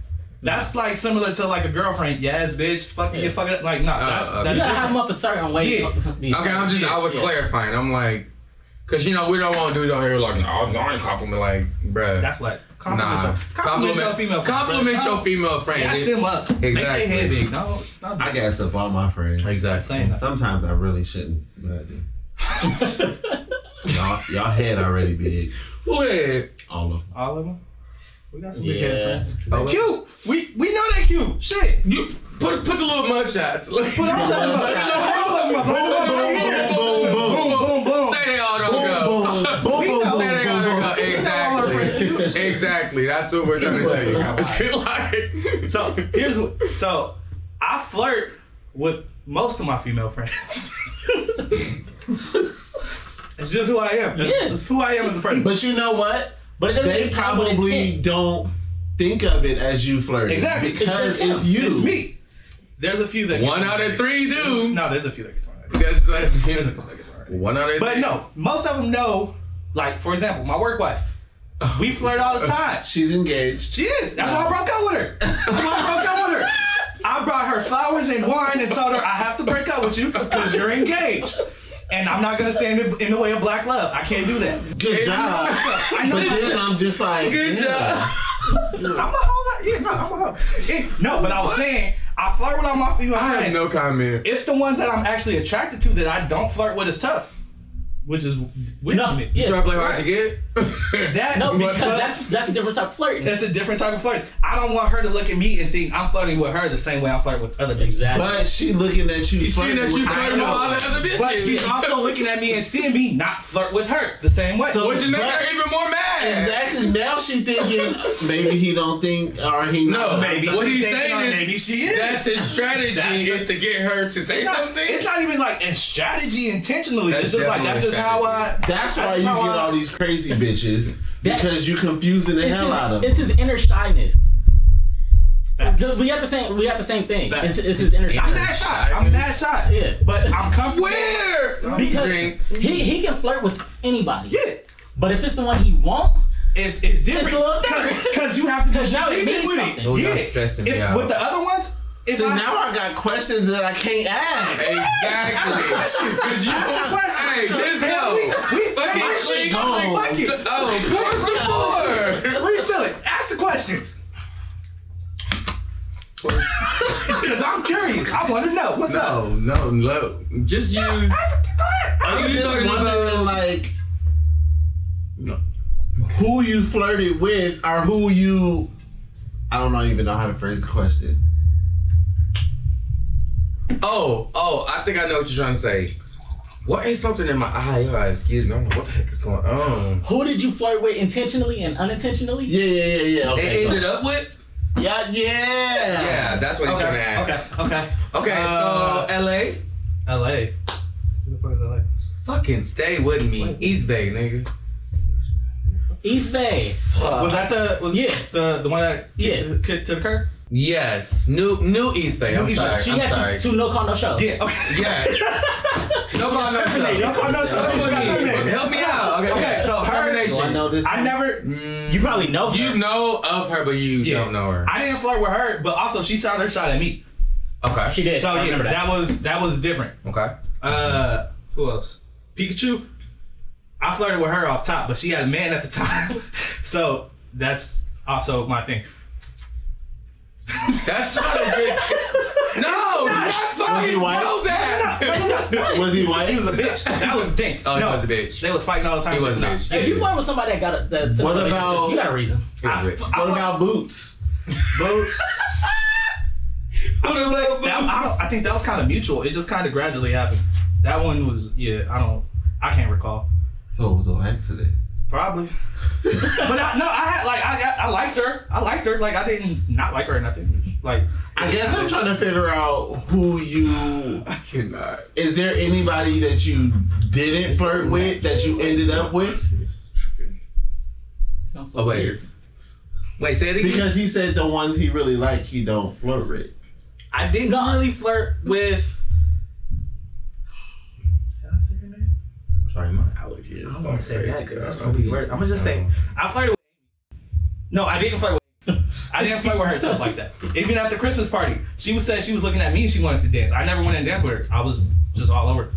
Speaker 3: That's like similar to like a girlfriend. Yes, bitch. Fucking
Speaker 2: Yeah.
Speaker 3: you fucking like no. that's
Speaker 1: okay.
Speaker 3: that's
Speaker 2: you gotta have
Speaker 3: different.
Speaker 2: them up a certain way.
Speaker 3: Yeah.
Speaker 1: Okay, I'm just. I was
Speaker 2: Yeah.
Speaker 1: clarifying. I'm like, cause you know we don't want dudes out here like, no, I ain't compliment like, bruh.
Speaker 3: That's what
Speaker 1: nah.
Speaker 3: compliment your compliment, your female friend,
Speaker 1: Compliment
Speaker 3: bro.
Speaker 1: your female friend.
Speaker 3: Gas them up. Make
Speaker 1: Exactly.
Speaker 3: their head big. No, no.
Speaker 4: I gas up all my friends.
Speaker 1: Exactly.
Speaker 3: saying that.
Speaker 4: Sometimes I really shouldn't, but I do. y'all, y'all head already big.
Speaker 1: What?
Speaker 4: All of them.
Speaker 3: All of them. We got some big
Speaker 2: Yeah.
Speaker 3: head friends.
Speaker 1: Oh,
Speaker 3: Cute. We we know they cute. Shit.
Speaker 1: You put put the little mugshots.
Speaker 3: Put all of them. Put all of them.
Speaker 4: Boom, boom, boom,
Speaker 3: Boom boom.
Speaker 1: Say they all don't
Speaker 4: boom,
Speaker 1: go.
Speaker 4: boom,
Speaker 1: Say they all don't
Speaker 4: boom, boom, boom,
Speaker 1: go.
Speaker 4: boom.
Speaker 1: Exactly. exactly. That's what we're trying to tell you guys.
Speaker 3: So here's what. So I flirt with most of my female friends. it's just who I am. It's,
Speaker 2: Yeah.
Speaker 3: it's who I am as a person.
Speaker 4: But you know what?
Speaker 2: But it doesn't
Speaker 4: They
Speaker 2: mean I'm with
Speaker 4: probably
Speaker 2: intent.
Speaker 4: don't think of it as you flirting.
Speaker 3: Exactly.
Speaker 4: Because
Speaker 2: It's
Speaker 4: it's, you.
Speaker 3: It's me. There's a few that
Speaker 1: One out of three do.
Speaker 3: No, there's a few that get torn. out.
Speaker 1: That's, that's,
Speaker 3: There's a couple that get torn. out.
Speaker 1: one out of
Speaker 3: But
Speaker 1: three.
Speaker 3: no, most of them know. Like for example, my work wife. We flirt all the time.
Speaker 4: She's engaged.
Speaker 3: She is. That's why I broke up with her. That's why I broke up with her. I brought her flowers and wine and told her I have to break up with you because you're engaged. And I'm not gonna stand in- in the way of black love. I can't do that.
Speaker 4: Good job.
Speaker 3: I know
Speaker 4: But
Speaker 3: that.
Speaker 4: then I'm just like,
Speaker 1: Good job.
Speaker 3: I'm a hoe. that- Yeah, no, I'm a hoe. Yeah, no, but I was saying I flirt with all my female
Speaker 1: I have
Speaker 3: friends.
Speaker 1: no comment.
Speaker 3: it's the ones that I'm actually attracted to that I don't flirt with as tough, which is weird
Speaker 2: No,
Speaker 3: to me.
Speaker 2: yeah.
Speaker 1: Try to play hard to get.
Speaker 3: That
Speaker 2: No, because
Speaker 3: but
Speaker 2: that's that's a different type of flirting.
Speaker 3: that's a different type of flirt. I don't want her to look at me and think I'm flirting with her the same way I flirt with other bitches.
Speaker 2: exactly.
Speaker 4: But she looking at you.
Speaker 1: You see
Speaker 4: flirting
Speaker 1: that
Speaker 4: with
Speaker 1: you
Speaker 4: her.
Speaker 1: flirting with
Speaker 3: know.
Speaker 1: all the other bitches.
Speaker 3: But she's also looking at me and seeing me not flirt with her the same way.
Speaker 4: So-
Speaker 1: Which is making her even more mad.
Speaker 4: Exactly. Now she thinking maybe he don't think or he
Speaker 1: No,
Speaker 4: not.
Speaker 1: maybe.
Speaker 3: maybe
Speaker 1: What
Speaker 3: she's
Speaker 1: he's
Speaker 3: thinking,
Speaker 1: saying
Speaker 3: or
Speaker 1: is-
Speaker 3: maybe she is.
Speaker 1: That's his strategy
Speaker 3: That's the-
Speaker 1: is to get her to say
Speaker 3: it's not,
Speaker 1: something.
Speaker 3: It's not even like a strategy intentionally.
Speaker 1: That's
Speaker 3: it's just like that's
Speaker 1: definitely
Speaker 3: just how I.
Speaker 4: That's why you get
Speaker 3: how I-
Speaker 4: all these crazy bitches
Speaker 2: That-
Speaker 4: because you confusing the
Speaker 2: it's,
Speaker 4: hell
Speaker 2: his,
Speaker 4: out of
Speaker 2: it's
Speaker 4: them.
Speaker 2: his inner shyness.
Speaker 3: Fact.
Speaker 2: 'Cause We got the same. We got the same thing.
Speaker 3: Fact.
Speaker 2: It's, it's his inner
Speaker 3: I'm
Speaker 2: shyness.
Speaker 3: that shy. I'm that shy.
Speaker 2: Yeah.
Speaker 3: But I'm comfortable.
Speaker 1: Where?
Speaker 2: Because
Speaker 1: Drink.
Speaker 2: he, he can flirt with anybody.
Speaker 3: Yeah.
Speaker 2: But if it's the one he want,
Speaker 3: It's it's different.
Speaker 2: It's a little
Speaker 3: Cause-
Speaker 2: different.
Speaker 3: Cause you have to be
Speaker 2: 'Cause now it
Speaker 3: strategic
Speaker 2: means
Speaker 3: with
Speaker 2: something.
Speaker 3: it.
Speaker 1: Oh,
Speaker 3: yeah.
Speaker 1: y'all stressing me
Speaker 3: If-
Speaker 1: out.
Speaker 3: With the other ones, it's
Speaker 4: So
Speaker 3: not-
Speaker 4: now I got questions that I can't ask.
Speaker 1: Exactly. Because you
Speaker 3: That's the question.
Speaker 1: Hey, just
Speaker 3: Man,
Speaker 1: go.
Speaker 3: we-
Speaker 1: fucking
Speaker 3: we- my
Speaker 1: click.
Speaker 3: shit
Speaker 4: gone.
Speaker 1: click.
Speaker 3: Fuck it.
Speaker 1: Oh, pour some more.
Speaker 3: Where you feel it? Ask the questions. Cause I'm curious. I want to know what's up.
Speaker 1: No, no, no. Just use.
Speaker 3: Ask- go ahead. Ask-
Speaker 4: I'm
Speaker 1: You
Speaker 4: just
Speaker 1: talking
Speaker 4: wondering
Speaker 1: about-
Speaker 4: like who you flirted with or who you I don't know even know how to phrase the question.
Speaker 1: Oh, oh, I think I know what you're trying to say. What is something in my eye? Y'all, Excuse me. I'm like, what the heck is going on?
Speaker 2: who did you flirt with intentionally and unintentionally?
Speaker 4: Yeah, yeah, yeah, yeah.
Speaker 1: It
Speaker 4: Okay. so-
Speaker 1: ended up with?
Speaker 4: yeah, yeah.
Speaker 1: Yeah, that's what he's trying to
Speaker 3: Okay.
Speaker 1: ask.
Speaker 3: Okay. Okay.
Speaker 1: Okay,
Speaker 3: Uh,
Speaker 1: so LA,
Speaker 3: L.A. Who the fuck is L.A.?
Speaker 1: fucking stay with me, East Bay, nigga.
Speaker 2: East Bay.
Speaker 3: was that the was
Speaker 2: Yeah.
Speaker 3: the the one that
Speaker 2: Yeah.
Speaker 3: kicked to, kicked to the curb?
Speaker 1: Yes, new new East Bay. I'm
Speaker 3: New East Bay.
Speaker 1: sorry.
Speaker 2: She
Speaker 1: I'm
Speaker 2: got
Speaker 1: sorry.
Speaker 2: you two no call no show.
Speaker 3: Yeah. Okay.
Speaker 1: yeah. no call, no show.
Speaker 2: terminated.
Speaker 3: Don't call no show.
Speaker 1: What
Speaker 3: Don't
Speaker 1: do
Speaker 3: call
Speaker 1: you
Speaker 3: no
Speaker 1: mean?
Speaker 3: show.
Speaker 1: Help me out. Okay.
Speaker 3: Okay, so her-
Speaker 1: Terminate situation.
Speaker 4: Do I know this?
Speaker 3: I never.
Speaker 1: Mm,
Speaker 2: You probably know her.
Speaker 1: you know of her, but you
Speaker 3: Yeah.
Speaker 1: don't know her.
Speaker 3: I didn't flirt with her, but also she shot her shot at me.
Speaker 1: Okay.
Speaker 2: She did.
Speaker 3: so
Speaker 2: I
Speaker 3: yeah,
Speaker 2: remember
Speaker 3: that.
Speaker 2: that.
Speaker 3: was that was different.
Speaker 1: okay.
Speaker 3: Uh, who else? Pikachu. I flirted with her off top, but she had a man at the time, so that's also my thing.
Speaker 1: That's not a good. No, you
Speaker 4: Was he
Speaker 1: fucking
Speaker 4: white?
Speaker 1: know that.
Speaker 4: Was he
Speaker 3: He was
Speaker 4: white?
Speaker 3: a bitch. That was the thing.
Speaker 1: Oh, he
Speaker 3: no,
Speaker 1: was a bitch.
Speaker 3: They was fighting all the time.
Speaker 1: He
Speaker 3: so
Speaker 1: was a
Speaker 3: no.
Speaker 1: bitch.
Speaker 2: If you fight with somebody that got a that's
Speaker 4: What
Speaker 2: somebody-
Speaker 4: about-
Speaker 2: you got a reason?
Speaker 1: He was rich.
Speaker 4: What about boots? Boots.
Speaker 3: That- I, don't- I think that was kind of mutual. It just kind of gradually happened. That one was yeah. I don't. I can't recall.
Speaker 4: so it was an accident.
Speaker 3: Probably. but I, no, I had like I, I I liked her. I liked her. Like I didn't not like her or nothing. Like
Speaker 4: I guess I'm trying to figure out who you.
Speaker 1: I cannot.
Speaker 4: Is there anybody that you didn't flirt with that you ended up with?
Speaker 2: Sounds so
Speaker 1: Oh, wait.
Speaker 2: weird.
Speaker 1: Wait, say it again.
Speaker 4: Because he said the ones he really liked, he don't flirt with.
Speaker 3: I didn't really flirt with. Did I say her name?
Speaker 1: Sorry, my allergies.
Speaker 3: I don't want to say that because that's gonna be weird. I'm gonna just say I flirted. with No, I didn't flirt with. I didn't flirt with her and stuff like that. Even at the Christmas party, she was said she was looking at me and she wanted to dance. I never went and danced with her. I was just all over.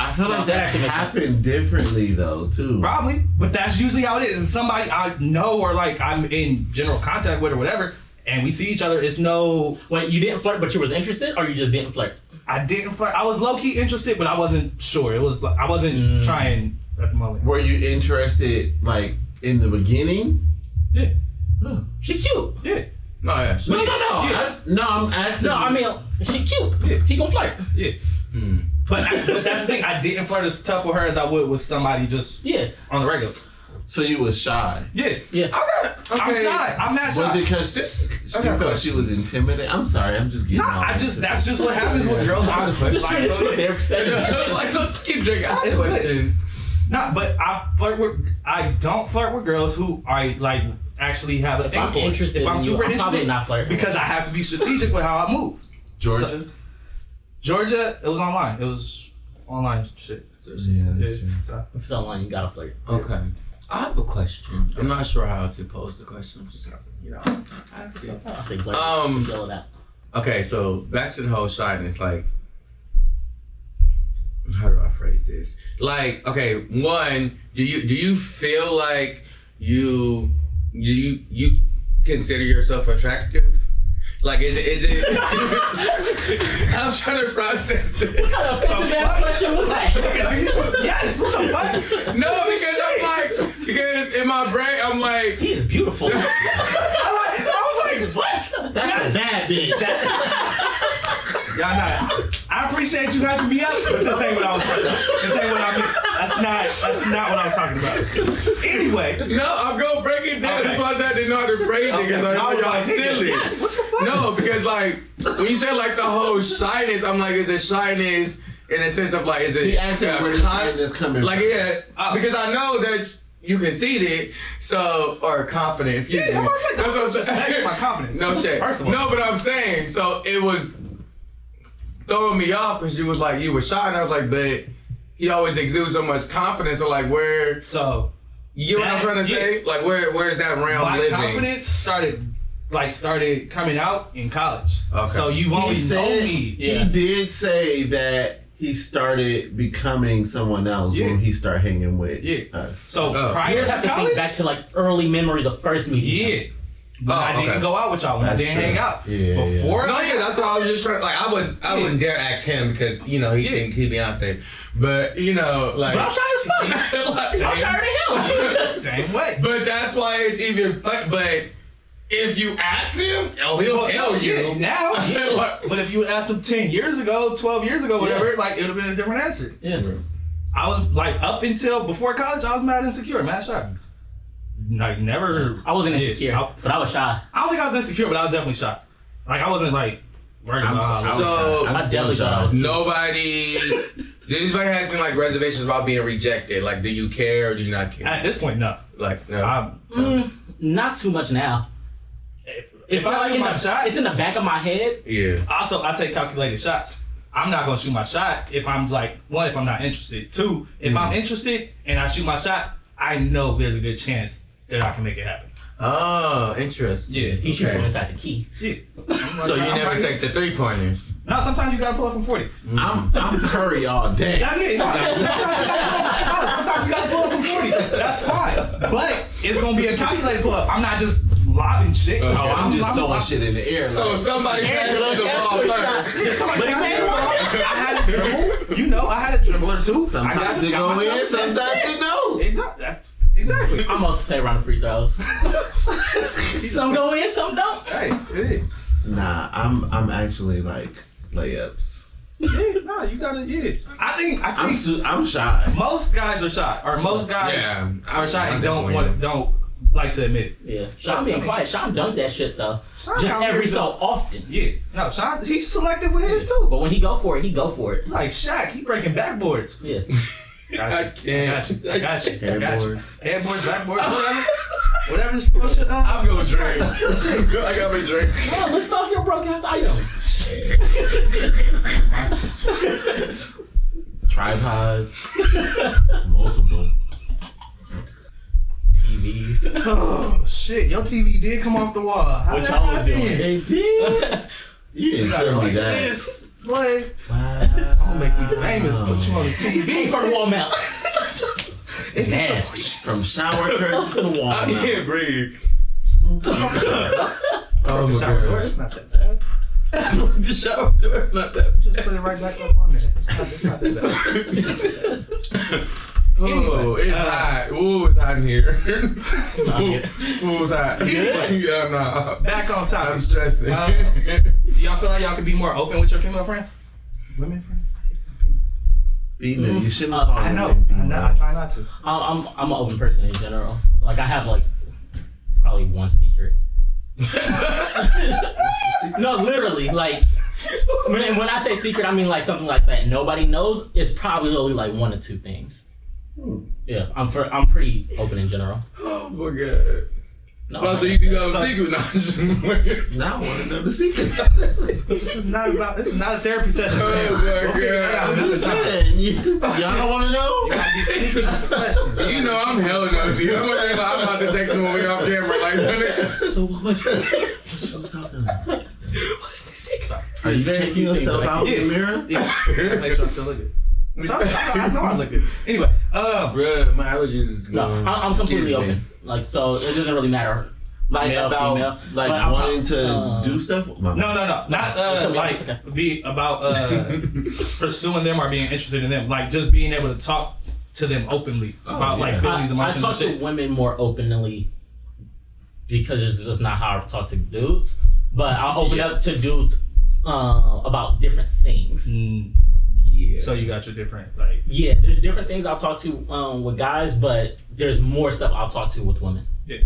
Speaker 4: I feel like
Speaker 2: that
Speaker 4: that
Speaker 2: actually makes
Speaker 4: happened differently though too.
Speaker 3: Probably, but that's usually how it is. It's somebody I know or like I'm in general contact with or whatever, and we see each other. It's no,
Speaker 2: Wait, you didn't flirt, but you was interested, or you just didn't flirt?
Speaker 3: I didn't flirt. I was low key interested, but I wasn't sure. It was like I wasn't trying at the moment.
Speaker 4: Were you interested like in the beginning?
Speaker 3: Yeah,
Speaker 4: No,
Speaker 2: She cute.
Speaker 3: yeah,
Speaker 1: No, yeah.
Speaker 4: no, no. I, no, I'm asking.
Speaker 2: No, I mean she cute. He gonna flirt.
Speaker 3: yeah.
Speaker 2: Hmm.
Speaker 3: But, I, but that's the thing. I didn't flirt as tough with her as I would with somebody just
Speaker 2: Yeah,
Speaker 3: on the regular.
Speaker 4: so you was shy.
Speaker 3: Yeah,
Speaker 2: yeah.
Speaker 3: I'm shy. I'm not shy.
Speaker 4: Was it because she, she
Speaker 1: okay.
Speaker 4: felt she was intimidated? I'm sorry, I'm just getting.
Speaker 3: Nah,
Speaker 4: all
Speaker 3: I
Speaker 4: into
Speaker 3: just
Speaker 4: it.
Speaker 3: that's just what happens with girls. I,
Speaker 2: Just trying to sit
Speaker 3: like,
Speaker 2: there for a second.
Speaker 1: like, let's keep drinking. I have
Speaker 3: It's good.
Speaker 1: questions.
Speaker 3: Nah, but I flirt with. I don't flirt with girls who I like actually have a
Speaker 2: If
Speaker 3: thing
Speaker 2: I'm
Speaker 3: for.
Speaker 2: interested,
Speaker 3: if I'm
Speaker 2: in you,
Speaker 3: super
Speaker 2: I'm probably
Speaker 3: interested,
Speaker 2: not flirting.
Speaker 3: because I have to be strategic with how I move.
Speaker 4: Georgia.
Speaker 3: Georgia, it was online. It was online shit.
Speaker 4: yeah,
Speaker 3: Yeah,
Speaker 4: that's true.
Speaker 3: so-
Speaker 2: If it's online, you gotta flirt.
Speaker 1: Okay. I have a question. I'm not sure how to pose the question. I'm just, gonna, you know. ask it.
Speaker 2: I say flirt.
Speaker 1: Um,
Speaker 2: Deal with that.
Speaker 1: Okay, so back to the whole shyness. Like, how do I phrase this? Like, okay, one, do you do you feel like you do you you consider yourself attractive? Like, is it is it? I'm trying to process it.
Speaker 2: What kind of offensive ass question was that?
Speaker 3: yes, what the fuck?
Speaker 1: No, because I'm like, because in my brain I'm like,
Speaker 2: He is beautiful.
Speaker 3: I, like, I was like, what?
Speaker 4: That's a bad bitch.
Speaker 3: Y'all not. I appreciate you having me up, but this ain't what I was. This ain't what I mean. That's not. That's not what I was talking about. Anyway.
Speaker 1: No, I'm gonna break it down.
Speaker 3: Okay.
Speaker 1: That's why I said I didn't know how to break it because
Speaker 3: Okay.
Speaker 1: I know
Speaker 3: I was
Speaker 1: y'all
Speaker 3: like,
Speaker 1: silly.
Speaker 3: yes, what the fuck?
Speaker 1: No, because like when you said like the whole shyness, I'm like, is it shyness in a sense of like, is it
Speaker 4: He asked
Speaker 1: uh,
Speaker 4: her where the
Speaker 1: con-
Speaker 4: shyness coming
Speaker 1: like
Speaker 4: from.
Speaker 1: yeah,
Speaker 3: Oh.
Speaker 1: because I know that you can see it, so or confidence. Excuse
Speaker 3: Yeah,
Speaker 1: me.
Speaker 3: I'm about to say,
Speaker 1: That's what I'm
Speaker 3: disrespect my confidence.
Speaker 1: No shit.
Speaker 3: First of all.
Speaker 1: No, but I'm saying so it was throwing me off because you was like you were shy, and I was like, but he always exudes so much confidence. So like, where?
Speaker 3: So
Speaker 1: You know what I'm
Speaker 3: That-
Speaker 1: trying to
Speaker 3: yeah.
Speaker 1: say? Like, where where's that realm
Speaker 3: my
Speaker 1: living?
Speaker 3: confidence started like started coming out in college.
Speaker 1: Okay.
Speaker 3: So you
Speaker 4: He
Speaker 3: only know
Speaker 4: said
Speaker 3: me.
Speaker 2: Yeah.
Speaker 4: he did say that he started becoming someone else
Speaker 3: Yeah.
Speaker 4: when he started hanging with
Speaker 3: Yeah.
Speaker 4: us.
Speaker 3: So
Speaker 1: Oh.
Speaker 3: prior
Speaker 2: I have
Speaker 3: to
Speaker 2: to think
Speaker 3: college,
Speaker 2: back to like early memories of first meeting.
Speaker 3: yeah.
Speaker 1: Oh,
Speaker 3: When I didn't
Speaker 1: okay.
Speaker 3: go out with y'all. When
Speaker 4: That's
Speaker 3: I didn't
Speaker 4: true.
Speaker 3: hang out.
Speaker 4: Yeah, yeah.
Speaker 3: Before
Speaker 1: No, yeah, that's what I was just trying. Like, I would, I wouldn't dare ask him because you know he
Speaker 3: Yeah.
Speaker 1: think he Beyonce, but you know, like,
Speaker 2: But I'm shy as fuck. I'm
Speaker 1: Like,
Speaker 2: shyer than him.
Speaker 3: same way.
Speaker 1: but that's why it's even. fu- But if you ask him, oh, he'll
Speaker 3: Well,
Speaker 1: tell
Speaker 3: no,
Speaker 1: you.
Speaker 3: yeah, now. But if you asked them ten years ago, twelve years ago, whatever, like it would have been a different answer.
Speaker 2: yeah.
Speaker 3: I was like up until before college, I was mad insecure, mad shy. Like never.
Speaker 2: I wasn't
Speaker 3: Yeah,
Speaker 2: insecure,
Speaker 3: I,
Speaker 2: but I was shy.
Speaker 3: I don't think I was insecure, but I was definitely shy. Like I wasn't like worried
Speaker 4: I'm
Speaker 3: about. how I
Speaker 4: so-
Speaker 3: looked.
Speaker 1: So
Speaker 4: I'm
Speaker 2: I
Speaker 4: still
Speaker 2: definitely thought I was-
Speaker 1: nobody, did anybody has been like reservations about being rejected? Like, do you care or do you not care?
Speaker 3: At this point, no.
Speaker 1: like, no.
Speaker 3: I'm,
Speaker 2: Mm, not too much now.
Speaker 3: if,
Speaker 2: It's
Speaker 3: if I
Speaker 2: not like
Speaker 3: shoot
Speaker 2: in
Speaker 3: my
Speaker 2: the,
Speaker 3: shot,
Speaker 2: It's in the back of my head.
Speaker 1: yeah.
Speaker 3: also I take calculated shots. I'm not gonna
Speaker 4: Mm.
Speaker 3: shoot my shot if I'm like one, if I'm not interested. Two, if I'm interested and I shoot my shot, I know there's a good chance that I can make it happen.
Speaker 1: Oh, interesting.
Speaker 3: Yeah.
Speaker 2: He shoots from
Speaker 1: Okay.
Speaker 2: inside the key.
Speaker 3: Yeah.
Speaker 1: So you never take the three pointers.
Speaker 3: No, sometimes you gotta pull up from 40.
Speaker 4: I'm I'm Curry all day.
Speaker 3: Yeah, yeah, no, sometimes, you gotta, no, sometimes you gotta pull up from 40. That's fine. But it's gonna be a calculated pull up. I'm not just lobbing shit.
Speaker 4: Oh, I'm just throwing shit in the air.
Speaker 1: So
Speaker 4: like,
Speaker 1: somebody had to the ball first.
Speaker 3: Yeah, somebody
Speaker 2: But it
Speaker 3: got
Speaker 2: came
Speaker 3: me. I had a dribble. You know, I had a dribble or two. I got-
Speaker 4: sometimes it
Speaker 3: got
Speaker 4: go
Speaker 3: myself
Speaker 4: in,
Speaker 3: set.
Speaker 4: sometimes it don't.
Speaker 3: It does. That's- Exactly.
Speaker 2: I'm also play around the free throws. some go in, some don't.
Speaker 3: Hey, hey.
Speaker 4: Nah, I'm I'm actually like layups.
Speaker 3: Yeah, nah, you gotta, yeah. I think, I
Speaker 4: I'm
Speaker 3: think
Speaker 4: su- I'm shy.
Speaker 3: most guys are shy, or most guys
Speaker 1: Yeah,
Speaker 3: are shy
Speaker 1: I
Speaker 3: and don't
Speaker 1: definitely
Speaker 3: want,
Speaker 1: am.
Speaker 3: don't like to admit it.
Speaker 2: Yeah, Sean being quiet. Sean done that shit though,
Speaker 3: Sean
Speaker 2: just
Speaker 3: out here
Speaker 2: every so
Speaker 3: just-
Speaker 2: often.
Speaker 3: Yeah. No, Sean, he's selective with his too.
Speaker 2: But when he go for it, he go for it.
Speaker 3: Like Shaq, he breaking backboards.
Speaker 2: Yeah,
Speaker 1: I can't.
Speaker 3: Gotcha. Gotcha. Gotcha.
Speaker 4: Headboards.
Speaker 3: Headboards, backboards, whatever. Whatever's close to uh,
Speaker 1: I'm gonna drink. I got me a drink.
Speaker 2: Well, list off your broke ass items.
Speaker 4: Tripods, multiple.
Speaker 2: TVs.
Speaker 3: Oh shit, your TV did come off the wall. How
Speaker 4: What
Speaker 3: that
Speaker 4: y'all was doing?
Speaker 3: happened?
Speaker 4: They did. You didn't
Speaker 3: Like,
Speaker 4: tell me
Speaker 3: like
Speaker 4: that.
Speaker 3: this, boy.
Speaker 4: Wow.
Speaker 3: I'll make you famous, put you on the TV.
Speaker 2: From the wall mount. Nasty.
Speaker 4: From shower curtains to the wall.
Speaker 1: I can't breathe. oh
Speaker 3: The
Speaker 1: my
Speaker 3: shower door,
Speaker 1: god.
Speaker 3: it's not that bad.
Speaker 1: The shower door's not that.
Speaker 3: Just put it right back up on there. It's not, it's not that bad.
Speaker 1: Oh,
Speaker 3: Anyway,
Speaker 1: it's
Speaker 3: uh,
Speaker 1: hot. Ooh, it's hot in here.
Speaker 2: good.
Speaker 1: Ooh, ooh, it's hot. yeah, Uh, nah.
Speaker 3: Back on top.
Speaker 1: I'm stressing.
Speaker 3: Um, Do y'all feel like y'all could be more open with your female friends? Women friends?
Speaker 4: Female, you shouldn't
Speaker 2: Uh,
Speaker 4: call
Speaker 3: I know.
Speaker 4: them
Speaker 3: I know. I try
Speaker 4: females.
Speaker 3: not to.
Speaker 2: I'm, I'm I'm an open person in general. Like I have like probably one secret. no, literally, like when, when I say secret, I mean like something like that nobody knows. It's probably only like one or two things. Yeah, I'm for I'm pretty open in general.
Speaker 1: oh my god.
Speaker 2: No,
Speaker 1: Oh,
Speaker 2: I'm
Speaker 1: so
Speaker 2: not
Speaker 1: you can
Speaker 2: that.
Speaker 1: go
Speaker 3: So-
Speaker 1: secret now.
Speaker 4: Now I want to know the secret.
Speaker 3: This is not about. This is not a therapy session.
Speaker 1: Oh
Speaker 3: man.
Speaker 1: my
Speaker 4: I'm
Speaker 1: god.
Speaker 4: just saying. You, y'all don't want to know?
Speaker 3: These secrets are the questions.
Speaker 1: You know I'm hella nosy. I'm, gonna, I'm about to text him when we off camera. Like,
Speaker 4: So what? What's talking about?
Speaker 2: What's the secret?
Speaker 4: Are you
Speaker 2: Very
Speaker 4: checking
Speaker 2: few things
Speaker 4: yourself
Speaker 2: that I
Speaker 4: out in the
Speaker 3: do.
Speaker 4: mirror?
Speaker 3: Yeah, gotta make sure I still look good. Sometimes I I know I look good. Anyway, um,
Speaker 1: Bruh, my allergies is
Speaker 2: No,
Speaker 1: gone.
Speaker 2: I- I'm completely
Speaker 1: Excuse me.
Speaker 2: open. Like so, it doesn't really matter.
Speaker 4: Like
Speaker 2: Male,
Speaker 4: about
Speaker 2: female.
Speaker 4: like
Speaker 2: But I'm-
Speaker 4: wanting to
Speaker 2: uh,
Speaker 4: do stuff? My
Speaker 3: no, no, no, not
Speaker 2: It's
Speaker 3: uh,
Speaker 2: okay,
Speaker 3: like
Speaker 2: it's okay.
Speaker 3: be about uh, pursuing them or being interested in them. Like just being able to talk to them openly about
Speaker 4: yeah.
Speaker 3: like feelings,
Speaker 2: I, I
Speaker 3: emotions, and
Speaker 2: talk to
Speaker 3: shit.
Speaker 2: women more openly because it's just not how I talk to dudes. But I'll open
Speaker 1: Yeah.
Speaker 2: up to dudes uh, about different things.
Speaker 3: Mm,
Speaker 1: Yeah.
Speaker 3: so you got your different like
Speaker 2: Yeah, there's different things I'll talk to um, with guys, but there's more stuff I'll talk to with women.
Speaker 3: yeah.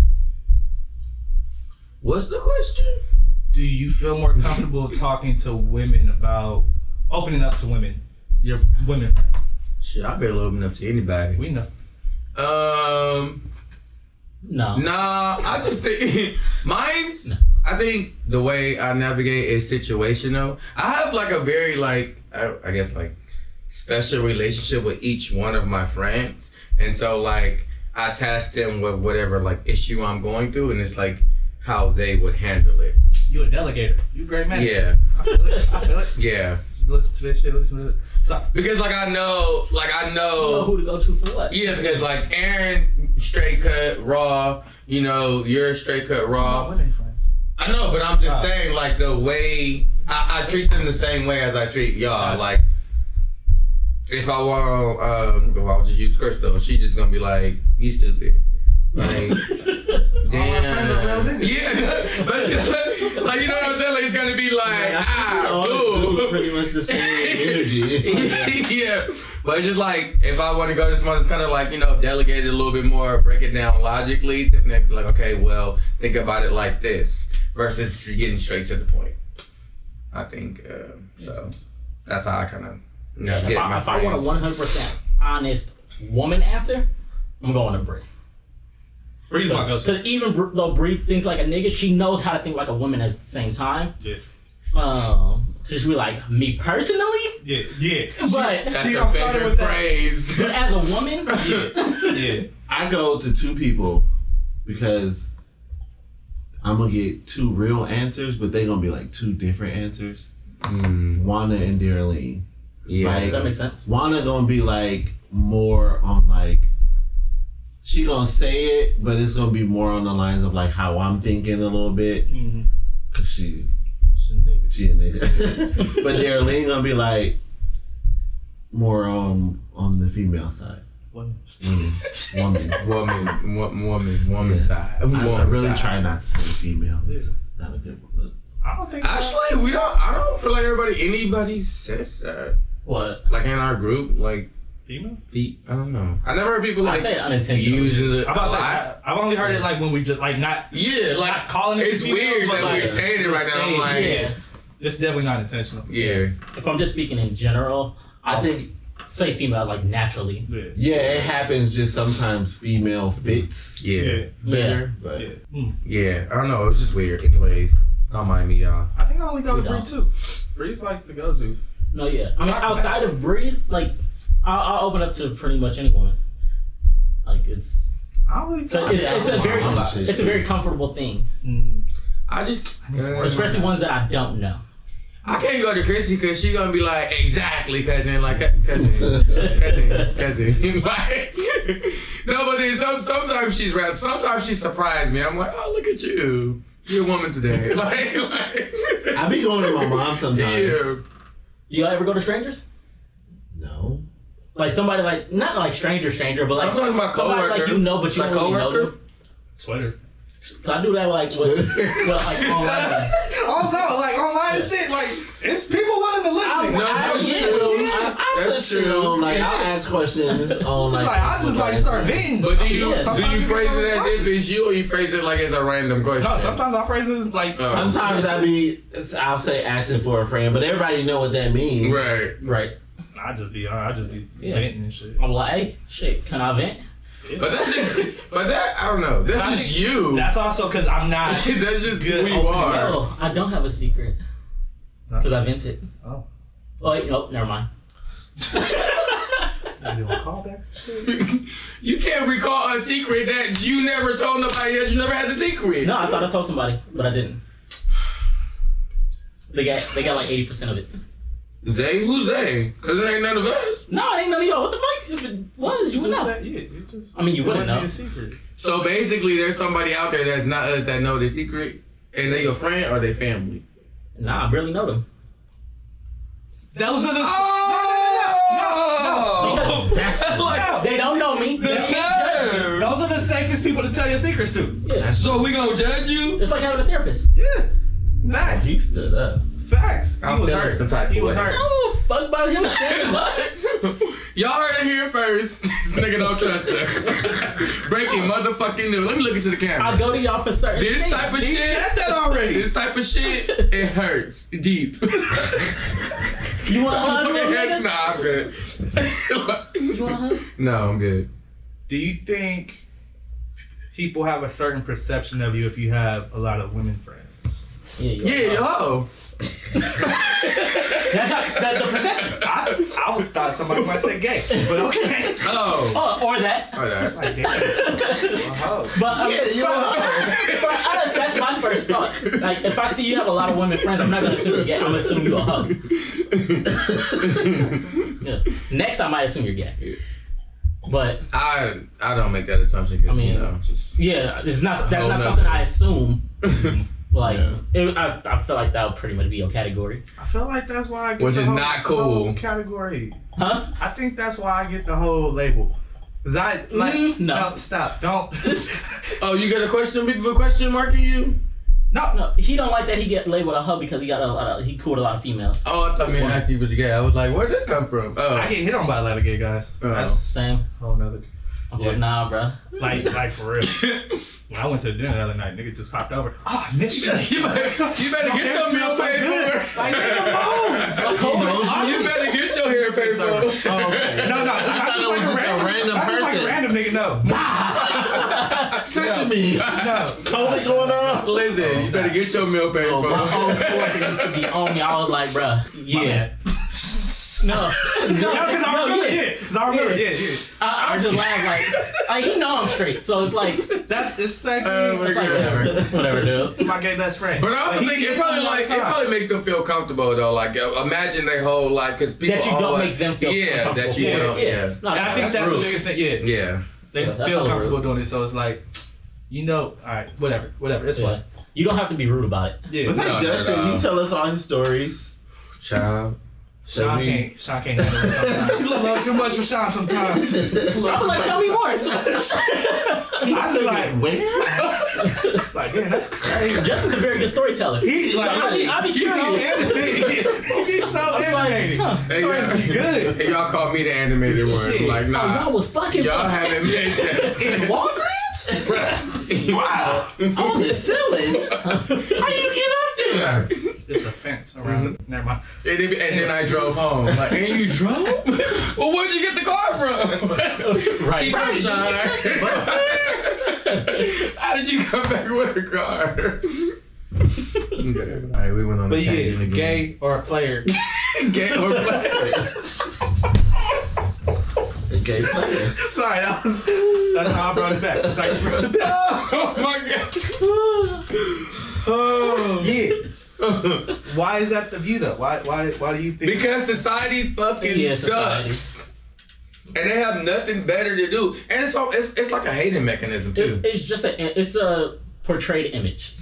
Speaker 1: What's the question?
Speaker 3: do you feel more comfortable talking to women about opening up to women, your women friends?
Speaker 1: Shit, I barely open up to anybody.
Speaker 3: We know.
Speaker 1: Um,
Speaker 2: No.
Speaker 1: nah, I just think mine's.
Speaker 2: No.
Speaker 1: I think the way I navigate is situational. I have like a very like I, I guess like special relationship with each one of my friends, and so like I task them with whatever like issue I'm going through, and it's like how they would handle it.
Speaker 3: You a delegator. You a great manager.
Speaker 1: Yeah,
Speaker 3: I feel it. I feel it.
Speaker 1: yeah.
Speaker 3: Listen to this shit. Listen to it. Stop.
Speaker 1: Because like I know, like I
Speaker 2: You know who to go to for what?
Speaker 1: Yeah, because like Aaron straight cut raw, you know, you're straight cut
Speaker 3: My
Speaker 1: raw.
Speaker 3: women friends.
Speaker 1: I know, but I'm just
Speaker 3: Oh.
Speaker 1: saying like the way I, I treat them the same way as I treat y'all.
Speaker 3: Gotcha.
Speaker 1: Like if I were um well, I'll just use Crystal, she just gonna be like, You stupid. Like
Speaker 3: All my friends are real
Speaker 1: Damn.
Speaker 3: niggas.
Speaker 1: Yeah, but she- like you know what I'm saying? Like it's gonna be like
Speaker 4: I think we
Speaker 1: ah,
Speaker 4: all exude
Speaker 1: boo.
Speaker 4: pretty much the same energy.
Speaker 1: yeah. But it's just like if I want to go to someone that's kind of like you know delegated a little bit more, break it down logically. Then they'd be like, okay, well, think about it like this versus you getting straight to the point. I think uh, so. That's how I kind of you know,
Speaker 2: Yeah, if
Speaker 1: get
Speaker 2: I,
Speaker 1: my
Speaker 2: if I want a
Speaker 1: friends.
Speaker 2: 100% honest woman answer, I'm going to Brie.
Speaker 3: Breeze my go-to.
Speaker 2: Because even Br- though Brie thinks like a nigga, she knows how to think like a woman at the same time.
Speaker 3: Yeah.
Speaker 2: Um, cause she be like, me personally,
Speaker 3: Yeah, yeah.
Speaker 2: But
Speaker 1: That's
Speaker 3: She
Speaker 1: a
Speaker 3: gonna start it
Speaker 1: favorite
Speaker 3: with that.
Speaker 1: phrase.
Speaker 2: as a woman,
Speaker 3: Yeah, yeah.
Speaker 4: I go to two people because I'm gonna get two real answers, but they gonna be like two different answers. Wanda and Darlene.
Speaker 1: yeah.
Speaker 4: Like,
Speaker 2: that makes sense.
Speaker 4: Wanda gonna be like more on like she gonna say it, but it's gonna be more on the lines of like how I'm thinking a little bit.
Speaker 3: Mhm.
Speaker 4: Cause she
Speaker 3: She's a nigga.
Speaker 4: she a nigga. but Darlene gonna be like more on on the female side.
Speaker 3: Woman.
Speaker 1: Mm-hmm.
Speaker 4: Women. Woman.
Speaker 1: Woman, wo- woman, woman
Speaker 4: Yeah.
Speaker 1: side. Woman
Speaker 4: I, I really
Speaker 1: side.
Speaker 4: try not to say female. It's, it's not a good one.
Speaker 3: I don't think.
Speaker 1: Actually, we don't. I don't feel like everybody, anybody says that.
Speaker 2: What?
Speaker 1: Like in our group, like
Speaker 3: female.
Speaker 1: feet. I don't know. I never heard people
Speaker 2: I
Speaker 1: like
Speaker 2: say it unintentionally.
Speaker 1: using the.
Speaker 3: I'm about to say,
Speaker 1: I-
Speaker 3: I- I've only heard it like when we just like not.
Speaker 1: yeah, like
Speaker 3: not calling it.
Speaker 1: It's
Speaker 3: female,
Speaker 1: weird
Speaker 3: but,
Speaker 1: that
Speaker 3: like,
Speaker 1: we're saying it right now. I'm
Speaker 3: saying,
Speaker 1: like,
Speaker 2: yeah.
Speaker 3: It's definitely not intentional.
Speaker 1: yeah.
Speaker 2: If I'm just speaking in general,
Speaker 4: I think
Speaker 2: say female like naturally.
Speaker 3: Yeah.
Speaker 4: yeah, it happens just sometimes female fits
Speaker 1: yeah, yeah,
Speaker 3: Yeah.
Speaker 2: Yeah.
Speaker 4: better, but
Speaker 3: Yeah. Mm.
Speaker 1: I don't know. It was just weird. Anyways, don't mind me, y'all.
Speaker 3: I think I only go
Speaker 2: We
Speaker 3: to Bree
Speaker 2: don't.
Speaker 3: too. Bree's like the go-to.
Speaker 2: No, yeah. I mean,
Speaker 3: Not-
Speaker 2: outside of breed, like I'll, I'll open up to pretty much any woman. Like it's
Speaker 3: I don't really.
Speaker 2: so
Speaker 3: talk-
Speaker 2: it's, it's a very
Speaker 4: I'm not saying
Speaker 2: it's a
Speaker 4: shit.
Speaker 2: very comfortable thing,
Speaker 3: Mm.
Speaker 1: I just, uh,
Speaker 2: especially ones that I don't know.
Speaker 1: I can't go to Chrissy because she's gonna be like, exactly, cousin, like cou- cousin, cousin, cousin. like, no, but then some, sometimes she's rap. Sometimes she surprised me. I'm like, oh, look at you, you're a woman today. like, like
Speaker 4: I be going to my mom sometimes.
Speaker 1: Yeah.
Speaker 2: Do y'all ever go to strangers?
Speaker 4: No.
Speaker 2: Like somebody like not like stranger stranger, but like
Speaker 1: Sometimes my
Speaker 2: somebody like
Speaker 1: coworker-
Speaker 2: you know, but you
Speaker 1: my
Speaker 2: don't really know
Speaker 1: coworker?
Speaker 2: them.
Speaker 3: Twitter.
Speaker 2: So I do that like with, with like oh, online.
Speaker 3: Although, Oh, like online shit, like it's people willing to listen.
Speaker 1: No,
Speaker 4: That's
Speaker 1: that's
Speaker 4: true.
Speaker 1: true.
Speaker 4: I, I
Speaker 1: That's
Speaker 4: listen
Speaker 1: true.
Speaker 4: on like I'll ask questions on like.
Speaker 3: like I just like start venting.
Speaker 1: But do you,
Speaker 2: Yeah.
Speaker 1: do you
Speaker 3: Sometimes you
Speaker 1: phrase
Speaker 3: get
Speaker 1: it as
Speaker 3: those
Speaker 1: if it's you, or you phrase it like it's a random question?
Speaker 3: No, sometimes I phrase it like
Speaker 1: Uh,
Speaker 4: Sometimes I be I'll say asking for a friend, but everybody know what that means.
Speaker 1: Right.
Speaker 2: right.
Speaker 3: I just be I just be
Speaker 2: Yeah.
Speaker 3: venting and shit.
Speaker 2: I'm like, hey, shit, can I vent?
Speaker 1: But that's just, but that, I don't know. That's
Speaker 3: I
Speaker 1: just
Speaker 3: think
Speaker 1: you. That's,
Speaker 3: That's also because I'm not.
Speaker 1: just
Speaker 3: Good
Speaker 1: who you
Speaker 3: open
Speaker 1: are.
Speaker 2: No, I don't have a secret because I vented.
Speaker 3: Oh.
Speaker 2: Oh, wait, no, never mind.
Speaker 3: I'm doing callbacks and shit.
Speaker 1: You can't recall a secret that you never told nobody else. You never had the secret.
Speaker 2: No, I thought I told somebody, but I didn't. They got they got like eighty percent of it.
Speaker 1: They who's they? Cause it ain't none of us.
Speaker 2: No, it ain't none of y'all. What the fuck? If it was, you would
Speaker 3: Just
Speaker 2: know.
Speaker 3: that- yeah, you just-
Speaker 2: I mean, you
Speaker 3: it
Speaker 2: wouldn't
Speaker 3: wouldn't
Speaker 2: know.
Speaker 3: Be a secret.
Speaker 1: So basically, there's somebody out there that's not us that know the secret, and they your friend or they family.
Speaker 2: Nah, I barely know them.
Speaker 3: Those are the.
Speaker 1: Oh!
Speaker 3: No, no, no, no, no.
Speaker 2: That's the-
Speaker 3: Like,
Speaker 2: They don't know me. They can't judge me.
Speaker 1: No.
Speaker 3: Those are the safest people to tell your secrets to.
Speaker 2: Yeah.
Speaker 1: So we gonna judge you?
Speaker 2: It's like having a therapist.
Speaker 3: Yeah. Facts.
Speaker 4: He stood up.
Speaker 3: Facts. He
Speaker 1: I'm
Speaker 3: was
Speaker 1: feeling
Speaker 3: hurt.
Speaker 1: some type
Speaker 3: he
Speaker 1: of
Speaker 3: was
Speaker 1: way.
Speaker 3: hurt.
Speaker 2: I don't give a fuck about him saying what.
Speaker 1: Y'all heard it here first. This nigga don't trust us. Breaking motherfucking news. Let me look into the camera.
Speaker 2: I go to y'all for certain
Speaker 1: this
Speaker 2: things.
Speaker 1: type of
Speaker 3: He
Speaker 1: shit.
Speaker 3: said that already.
Speaker 1: This type of shit, it hurts deep.
Speaker 2: you want to hug
Speaker 1: Fucking
Speaker 2: real
Speaker 1: heck,
Speaker 2: nigga?
Speaker 1: nah, I'm good.
Speaker 2: You want to hug?
Speaker 1: no, I'm good.
Speaker 3: Do you think people have a certain perception of you if you have a lot of women friends?
Speaker 2: Yeah, you
Speaker 1: Yeah, yo.
Speaker 2: That's not that's the perception.
Speaker 3: I, I would thought somebody might say gay, but okay.
Speaker 1: Oh.
Speaker 2: Oh, or that.
Speaker 1: Alright.
Speaker 3: Like, damn. Oh,
Speaker 2: But um,
Speaker 4: Yeah, you know.
Speaker 2: for us, that's my first thought. Like, if I see you have a lot of women friends, I'm not gonna assume you're gay. I'm gonna assume you a hoe. yeah. Next, I might assume you're gay. But
Speaker 1: I I don't make that assumption because
Speaker 2: I mean,
Speaker 1: you know. Just,
Speaker 2: yeah, it's not. That's
Speaker 1: Oh,
Speaker 2: not
Speaker 1: no.
Speaker 2: something I assume. Like,
Speaker 4: Yeah.
Speaker 2: it, I, I feel like that would pretty much be your category,
Speaker 3: I feel like that's why I get
Speaker 1: Which
Speaker 3: the
Speaker 1: is
Speaker 3: whole,
Speaker 1: not
Speaker 3: the whole
Speaker 1: cool.
Speaker 3: category.
Speaker 2: huh?
Speaker 3: I think that's why I get the whole label. Cause I like
Speaker 2: Mm,
Speaker 1: Mm-hmm.
Speaker 2: no.
Speaker 3: stop don't
Speaker 1: oh, you got a question? People question marking you?
Speaker 3: no
Speaker 2: No, he don't like that he get labeled a hoe because he got a lot of he cooled a lot of females.
Speaker 1: Oh, I thought man asked you was gay. I was like, where'd this come from? Oh,
Speaker 3: I get hit on by a lot of gay guys.
Speaker 1: Oh.
Speaker 3: That's
Speaker 2: Same.
Speaker 3: a whole nother
Speaker 2: I'm
Speaker 3: Yeah.
Speaker 2: like, nah, bruh.
Speaker 3: like like for real. when I went to dinner the other night, nigga just hopped over. Oh, I missed you.
Speaker 1: you better, you better get your meal paid for.
Speaker 3: Like, nigga, move.
Speaker 2: Like, hold on.
Speaker 1: You better get your hair paid for.
Speaker 4: Oh, okay.
Speaker 3: No, no,
Speaker 4: I
Speaker 3: not
Speaker 4: thought
Speaker 3: just
Speaker 4: it
Speaker 3: like
Speaker 4: was just a random
Speaker 3: not just like a
Speaker 4: person.
Speaker 3: random nigga. No, no,
Speaker 4: Touching me.
Speaker 3: no.
Speaker 4: COVID going on.
Speaker 1: Listen, you better get your meal paid
Speaker 2: Oh, my whole
Speaker 1: for.
Speaker 2: coworker used to be on me. I was like, bruh, yeah. No, no,
Speaker 3: Yeah, because I
Speaker 2: no,
Speaker 3: remember.
Speaker 2: yeah.
Speaker 3: Yeah, because I remember. Yeah, yeah.
Speaker 2: I, I just laugh like, like he know I'm straight, so it's like, it's
Speaker 3: That's it's second.
Speaker 1: Uh, we're
Speaker 3: it's
Speaker 2: like
Speaker 1: good.
Speaker 3: like,
Speaker 2: whatever, whatever, dude.
Speaker 3: my gay best friend.
Speaker 1: But I also
Speaker 3: Like, he
Speaker 1: think
Speaker 3: did
Speaker 1: it probably
Speaker 3: all the
Speaker 1: like it
Speaker 3: time.
Speaker 1: probably makes them feel comfortable though. Like uh, imagine their whole life because people
Speaker 2: That you don't
Speaker 1: always-
Speaker 2: make them feel
Speaker 1: yeah
Speaker 2: uncomfortable.
Speaker 1: that you
Speaker 3: Yeah,
Speaker 1: don't yeah
Speaker 2: No,
Speaker 3: And I think that's,
Speaker 2: rude.
Speaker 3: the biggest thing. Yeah,
Speaker 1: yeah.
Speaker 3: they
Speaker 2: Yeah, that's
Speaker 3: feel
Speaker 2: hella
Speaker 3: comfortable
Speaker 2: rude.
Speaker 3: doing it, so it's like, you know, all right, whatever, whatever. It's
Speaker 2: Yeah.
Speaker 3: fine.
Speaker 2: You don't have to be rude about it.
Speaker 3: Yeah.
Speaker 4: It's like
Speaker 1: No, no,
Speaker 4: Justin.
Speaker 1: no.
Speaker 4: You tell us all his stories.
Speaker 1: Child,
Speaker 3: Sean
Speaker 4: we-
Speaker 3: can't, Sean can't handle it sometimes. It's a little too much for Sean sometimes.
Speaker 2: I was like, tell me more.
Speaker 3: I feel like,
Speaker 4: where?
Speaker 3: like, man, that's crazy.
Speaker 2: Justin's a very good storyteller.
Speaker 3: He's like,
Speaker 2: I be, I be
Speaker 3: he's so
Speaker 2: curious.
Speaker 3: animated. He's so animated.
Speaker 2: Huh.
Speaker 1: hey,
Speaker 3: Stories be
Speaker 1: y'all,
Speaker 3: good.
Speaker 1: hey, y'all call me the animated one.
Speaker 3: Shit.
Speaker 1: Like
Speaker 2: Oh,
Speaker 1: nah,
Speaker 2: y'all was fucking.
Speaker 1: y'all haven't made that.
Speaker 4: Walgreens?
Speaker 1: wow.
Speaker 4: On the ceiling? How you get up there?
Speaker 1: Yeah.
Speaker 3: It's a fence around. Never mind.
Speaker 1: And, then- and then I drove home. Like, and you drove? well, where'd you get the car from?
Speaker 2: right.
Speaker 1: Keep going, Sean. How did you come back with a car? okay. All right, we went on
Speaker 3: But
Speaker 1: a tangent
Speaker 3: yeah,
Speaker 1: again.
Speaker 3: gay or a player.
Speaker 1: gay or black.
Speaker 4: Gay player.
Speaker 3: Sorry, that was that's how I brought it back. It's like you brought it back.
Speaker 1: oh my god.
Speaker 3: Yeah. Why is that the view though? Why why why do you think
Speaker 1: Because society fucking
Speaker 2: Yeah, society.
Speaker 1: sucks. And they have nothing better to do. And it's all it's, it's like a hating mechanism too.
Speaker 2: It- it's just a it's a portrayed image.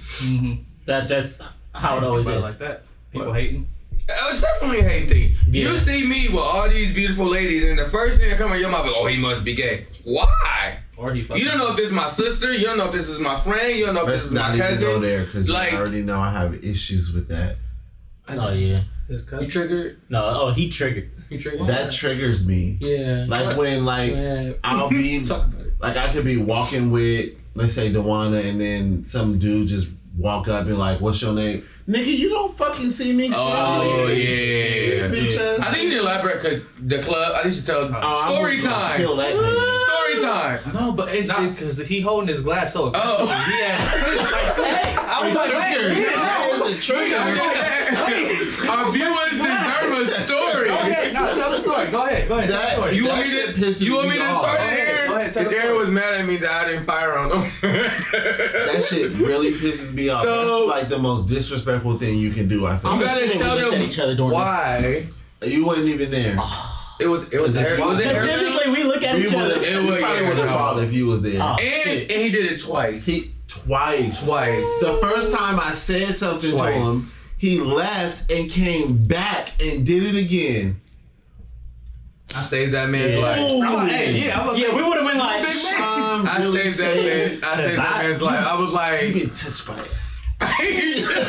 Speaker 2: That just how it always
Speaker 3: Everybody
Speaker 2: is.
Speaker 3: Mm-hmm. like that? People
Speaker 1: What?
Speaker 3: hating.
Speaker 1: Uh, It's definitely a hate thing.
Speaker 2: Yeah.
Speaker 1: You see me with all these beautiful ladies, and the first thing that comes out of your mouth is, "Oh, he must be gay." Why?
Speaker 3: Or he fucking
Speaker 1: You don't know if this is my sister. You don't know if this is my friend. You don't know if this
Speaker 4: Let's
Speaker 1: is my
Speaker 4: not even go
Speaker 1: cousin.
Speaker 4: there because
Speaker 1: Like-
Speaker 4: you already know I have issues with that.
Speaker 2: Oh yeah.
Speaker 3: his
Speaker 1: You
Speaker 3: cousin.
Speaker 1: triggered.
Speaker 2: No. Oh, he triggered.
Speaker 1: You triggered.
Speaker 4: That triggers me.
Speaker 1: yeah.
Speaker 4: Like when like
Speaker 1: Man.
Speaker 4: I'll be
Speaker 1: Talk about it.
Speaker 4: like I could be walking with let's say Dewana and then some dude just walk up and like, what's your name? Nigga, you don't fucking see me.
Speaker 1: Oh
Speaker 4: smiling,
Speaker 1: yeah.
Speaker 4: Bitch ass.
Speaker 1: I think you need to elaborate because the club. I need to tell
Speaker 4: Oh, I'm
Speaker 1: story
Speaker 4: gonna
Speaker 1: time.
Speaker 4: Kill that nigga.
Speaker 1: Story time. No, but it's,
Speaker 3: Not because he holding his glass so aggressively.
Speaker 1: Oh.
Speaker 3: He had- like, I was like,
Speaker 4: Trigger.
Speaker 3: hey, yeah,
Speaker 4: That is a trigger.
Speaker 1: Oh. Our viewers deserve a story.
Speaker 3: no. Okay, no, tell the story. Go ahead, go ahead. tell the
Speaker 4: That-
Speaker 3: story.
Speaker 1: You
Speaker 4: that
Speaker 1: want me
Speaker 4: shit
Speaker 1: to?
Speaker 4: pisses
Speaker 1: You want me
Speaker 4: me
Speaker 1: to
Speaker 4: off.
Speaker 1: start
Speaker 4: Go
Speaker 1: it?
Speaker 3: ahead,
Speaker 1: Aaron?
Speaker 3: go ahead, tell the
Speaker 1: Aaron
Speaker 3: story.
Speaker 1: was mad at me that I didn't fire on him.
Speaker 4: That shit really pisses me off.
Speaker 1: So-
Speaker 4: That's like the most disrespectful thing you can do. I
Speaker 1: I'm
Speaker 4: think
Speaker 1: gonna
Speaker 2: assuming
Speaker 1: tell
Speaker 2: we looked
Speaker 1: them
Speaker 2: at each other during this.
Speaker 1: why
Speaker 4: you wasn't even there.
Speaker 1: it was. It was.
Speaker 4: Is it
Speaker 1: Aaron- was it
Speaker 4: Because
Speaker 2: Because
Speaker 1: Aaron?
Speaker 2: typically we look at
Speaker 4: We
Speaker 2: each
Speaker 4: would've-
Speaker 2: other.
Speaker 1: It
Speaker 4: we
Speaker 1: would-
Speaker 4: probably
Speaker 1: yeah,
Speaker 4: would have
Speaker 1: no.
Speaker 4: fought if you was there.
Speaker 2: Oh.
Speaker 1: And,
Speaker 2: Shit.
Speaker 1: and he did it twice.
Speaker 4: He twice.
Speaker 1: twice.
Speaker 4: The first time I said something to
Speaker 1: Twice.
Speaker 4: him, he left and came back and did it again.
Speaker 1: I saved that man's
Speaker 2: Yeah.
Speaker 1: life.
Speaker 3: I'm like, hey, yeah, I was
Speaker 2: Yeah,
Speaker 3: like,
Speaker 2: we would have been like,
Speaker 4: I'm
Speaker 1: I
Speaker 4: really
Speaker 1: saved that
Speaker 4: saying,
Speaker 1: man. I saved that
Speaker 4: I-
Speaker 1: man's life. I was
Speaker 4: you
Speaker 1: like,
Speaker 4: been touched by it.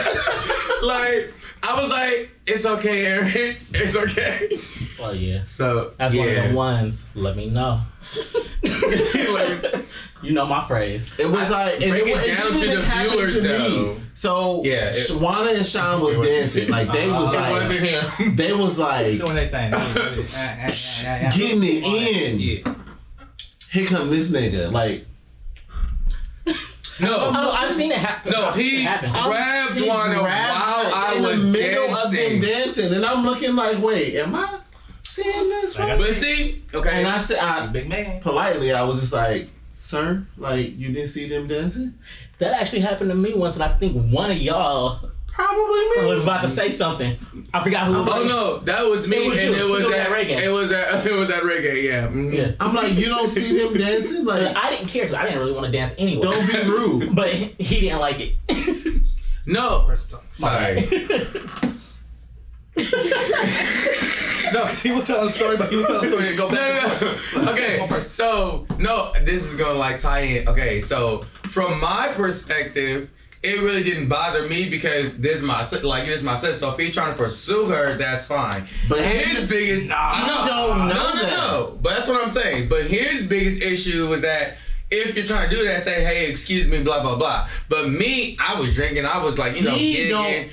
Speaker 1: like I was like, it's okay, Aaron. It's okay.
Speaker 2: oh yeah.
Speaker 1: So
Speaker 2: That's one of
Speaker 1: yeah.
Speaker 2: the ones. Let me know.
Speaker 1: Like,
Speaker 2: You know my phrase.
Speaker 4: It was like and
Speaker 1: break
Speaker 4: it,
Speaker 1: it
Speaker 4: wa- it
Speaker 1: down
Speaker 4: didn't
Speaker 1: to
Speaker 4: even
Speaker 1: the
Speaker 4: happen
Speaker 1: viewers,
Speaker 4: to me.
Speaker 1: though.
Speaker 4: So
Speaker 1: Yeah,
Speaker 4: yeah,
Speaker 1: it-
Speaker 4: Shawana and Sean was
Speaker 1: It wasn't-
Speaker 4: dancing. Like they was
Speaker 1: it
Speaker 4: like
Speaker 1: wasn't him.
Speaker 4: they was like
Speaker 3: doing that thing. Yeah, yeah, yeah, yeah, yeah.
Speaker 4: Getting it in.
Speaker 3: Yeah.
Speaker 4: here come this nigga. Like
Speaker 1: No.
Speaker 2: Oh, I've seen it happen.
Speaker 1: No,
Speaker 2: I've seen
Speaker 1: he- Oh,
Speaker 2: it happen.
Speaker 1: I- Grabbed
Speaker 4: he
Speaker 1: one while
Speaker 4: her
Speaker 1: I
Speaker 4: in
Speaker 1: was
Speaker 4: the middle
Speaker 1: dancing.
Speaker 4: of them dancing, and I'm looking like, wait, am I seeing this right?
Speaker 1: But see, okay.
Speaker 4: And I said, I,
Speaker 3: Big man.
Speaker 4: politely, I was just like, sir, like you didn't see them dancing?
Speaker 2: That actually happened to me once, and I think one of y'all
Speaker 4: Probably me.
Speaker 2: was about to say something. I forgot who. it was.
Speaker 1: Oh no, that was me,
Speaker 2: It was
Speaker 1: and
Speaker 2: you.
Speaker 1: it was
Speaker 2: You were
Speaker 1: at
Speaker 2: at reggae.
Speaker 1: It was at it was at reggae. Yeah. mhm.
Speaker 2: Yeah.
Speaker 4: I'm like, you don't see them dancing? Like,
Speaker 2: I didn't care because I didn't really want to dance anyway.
Speaker 4: don't be rude.
Speaker 2: But he didn't like it.
Speaker 1: No.
Speaker 3: First time.
Speaker 1: Sorry.
Speaker 3: No, 'cause he was telling a story, but he was telling a story and go back. and forth.
Speaker 1: no, no. okay, so no, this is gonna like tie in. Okay, so from my perspective, it really didn't bother me because this my si- like this my sister. So if he's trying to pursue her, that's fine.
Speaker 4: But
Speaker 1: his
Speaker 4: he-
Speaker 1: biggest
Speaker 4: I don't know
Speaker 1: no, no,
Speaker 4: that.
Speaker 1: no. But that's what I'm saying. But his biggest issue was that if you're trying to do that, say, hey, excuse me, blah blah blah. But me, I was drinking. I was like, you know,
Speaker 4: He
Speaker 1: getting
Speaker 4: don't-
Speaker 1: in.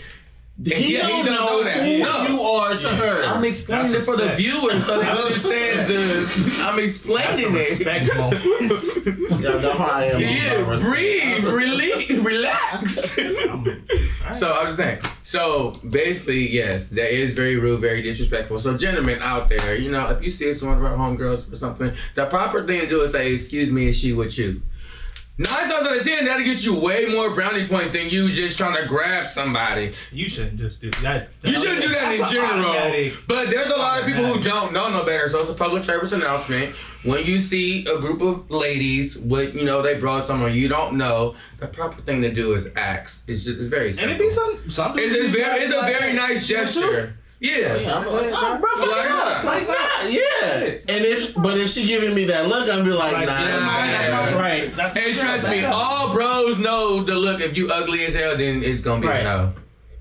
Speaker 1: He, yeah, he don't know that.
Speaker 4: who
Speaker 1: No.
Speaker 4: you are to her.
Speaker 1: I'm explaining
Speaker 3: That's
Speaker 1: it for the
Speaker 3: respect.
Speaker 1: viewers so they understand the. I'm
Speaker 3: That's
Speaker 1: explaining
Speaker 3: some
Speaker 1: it.
Speaker 3: respect, Mo.
Speaker 4: Y'all know how I am. I'm
Speaker 1: Yeah,
Speaker 4: not
Speaker 1: breathe,
Speaker 4: respectful.
Speaker 1: rela- relax. so I'm just saying. So basically, yes, that is very rude, very disrespectful. So gentlemen out there, you know, if you see some of our homegirls or something, the proper thing to do is say, "Excuse me, is she with you?" Nine times out of ten, that'll get you way more brownie points than you just trying to grab somebody.
Speaker 3: You shouldn't just do that.
Speaker 1: You shouldn't do that in
Speaker 3: That's
Speaker 1: general.
Speaker 3: automatic.
Speaker 1: But there's a lot of people who don't know no better. So it's a public service announcement. When you see a group of ladies with, you know, they brought someone you don't know, the proper thing to do is ask. It's just, it's very
Speaker 3: And
Speaker 1: simple.
Speaker 3: it be some some.
Speaker 1: it's, it's very, it's a
Speaker 3: like
Speaker 1: very
Speaker 3: that.
Speaker 1: nice gesture. Yeah.
Speaker 2: Yeah, I'm like, oh, bro,
Speaker 1: Like,
Speaker 2: fuck it up.
Speaker 1: yeah.
Speaker 4: Like that, yeah. And if but if she giving me that look, I'm be like,
Speaker 3: Like,
Speaker 4: nah.
Speaker 3: yeah,
Speaker 1: that's
Speaker 4: man.
Speaker 2: my-
Speaker 3: Right. That's
Speaker 1: And trust me, all bros know the look. If you ugly as hell, then it's gonna be
Speaker 2: Right.
Speaker 1: a no.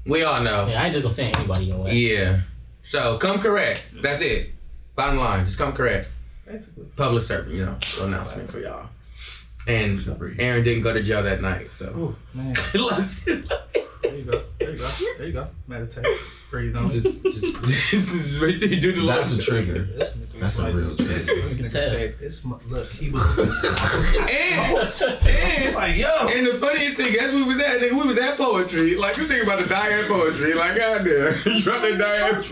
Speaker 1: We all know.
Speaker 2: Yeah, I ain't just gonna send anybody your way.
Speaker 1: Yeah. So come correct. That's it. Bottom line, just come correct.
Speaker 3: Basically.
Speaker 1: public servant, you know, so announcement for y'all. And
Speaker 4: Sorry.
Speaker 1: Aaron didn't go to jail that night, so
Speaker 3: Ooh, man.
Speaker 1: Let's-
Speaker 3: There you go. There you go. There you go. Meditate. Breathe on. Just
Speaker 1: just, just, this is right there. Do the
Speaker 4: That's a
Speaker 1: last-
Speaker 4: trigger.
Speaker 3: this nigga
Speaker 4: That's a
Speaker 3: like-
Speaker 4: real test.
Speaker 3: This
Speaker 2: You can
Speaker 3: nigga
Speaker 2: tell.
Speaker 3: said, "It's my look." He was
Speaker 1: And, and
Speaker 3: like, "Yo."
Speaker 1: and the funniest thing, that's where we was at. nigga. We was at poetry. Like you think about the Diane poetry, like I did. You dropped the Diane.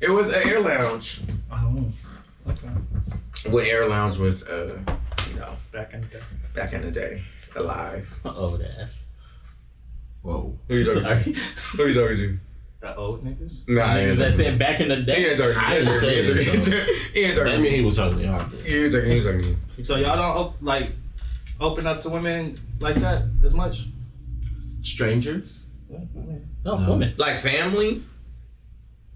Speaker 1: It was an air lounge.
Speaker 3: Oh, okay.
Speaker 1: What air lounge was, uh, you know,
Speaker 3: Back in the day.
Speaker 1: back in the day, alive.
Speaker 2: Oh, that's
Speaker 4: Whoa.
Speaker 1: Who you talking to?
Speaker 2: sorry.
Speaker 1: Who you talking to?
Speaker 3: The old niggas.
Speaker 1: Nah,
Speaker 2: Niggas
Speaker 1: he ain't talking
Speaker 2: that
Speaker 1: to me.
Speaker 2: said back in the
Speaker 1: He
Speaker 2: day.
Speaker 1: ain't talking to me.
Speaker 4: I didn't say it,
Speaker 1: He ain't talking to me. He ain't talking
Speaker 4: That
Speaker 1: to me.
Speaker 4: mean he was talking to y'all. then.
Speaker 1: He ain't talking- he ain't talking to me.
Speaker 3: So y'all don't op- like open up to women like that as much.
Speaker 4: Strangers?
Speaker 2: No,
Speaker 4: No.
Speaker 2: women.
Speaker 1: Like family?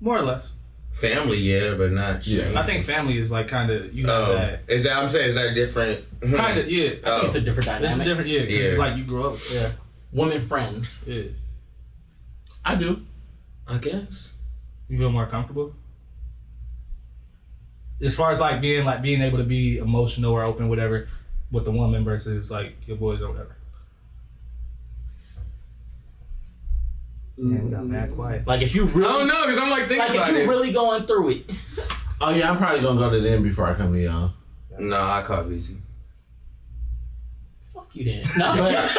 Speaker 3: More or less.
Speaker 1: Family, yeah, but not
Speaker 4: Yeah.
Speaker 1: yeah.
Speaker 3: I think family is like kind of you have
Speaker 1: Oh,
Speaker 3: that
Speaker 1: is that I'm saying is that different? Hmm.
Speaker 3: kind of yeah.
Speaker 2: I think it's
Speaker 1: Oh.
Speaker 2: a different
Speaker 3: This
Speaker 2: dynamic.
Speaker 3: is different yeah. 'cause It's
Speaker 1: Yeah.
Speaker 3: like you grew up. Yeah.
Speaker 2: Women friends.
Speaker 3: Yeah.
Speaker 4: I do.
Speaker 1: Oh. I guess.
Speaker 3: You feel more comfortable. As far as like being like being able to be emotional or open whatever with the woman versus like your boys or whatever. Yeah, we got mad quiet.
Speaker 2: Like if you
Speaker 1: I don't
Speaker 2: really,
Speaker 1: know because I'm like thinking
Speaker 2: like if
Speaker 1: about
Speaker 2: you
Speaker 1: it.
Speaker 2: really going through it.
Speaker 4: Oh yeah, I'm probably gonna go to them before I come to y'all.
Speaker 1: no, I caught busy.
Speaker 2: Fuck you then. No.
Speaker 4: But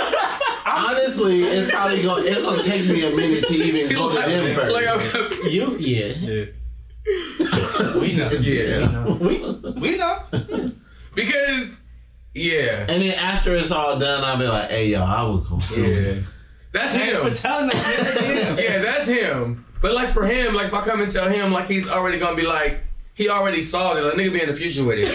Speaker 4: honestly, it's probably gonna it's gonna take me a minute to even go to them first.
Speaker 1: Like, I'm-
Speaker 2: you yeah.
Speaker 3: Yeah. we know.
Speaker 1: yeah,
Speaker 2: We
Speaker 3: We know.
Speaker 1: because yeah,
Speaker 4: And then after it's all done, I'll be like, hey y'all, I was gonna steal
Speaker 1: yeah, that's
Speaker 3: Thanks for
Speaker 1: him.
Speaker 3: telling us.
Speaker 1: Yeah, that's him. But like for him, like if I come and tell him, like he's already gonna be like. He already saw it. Like, nigga be in the future with it.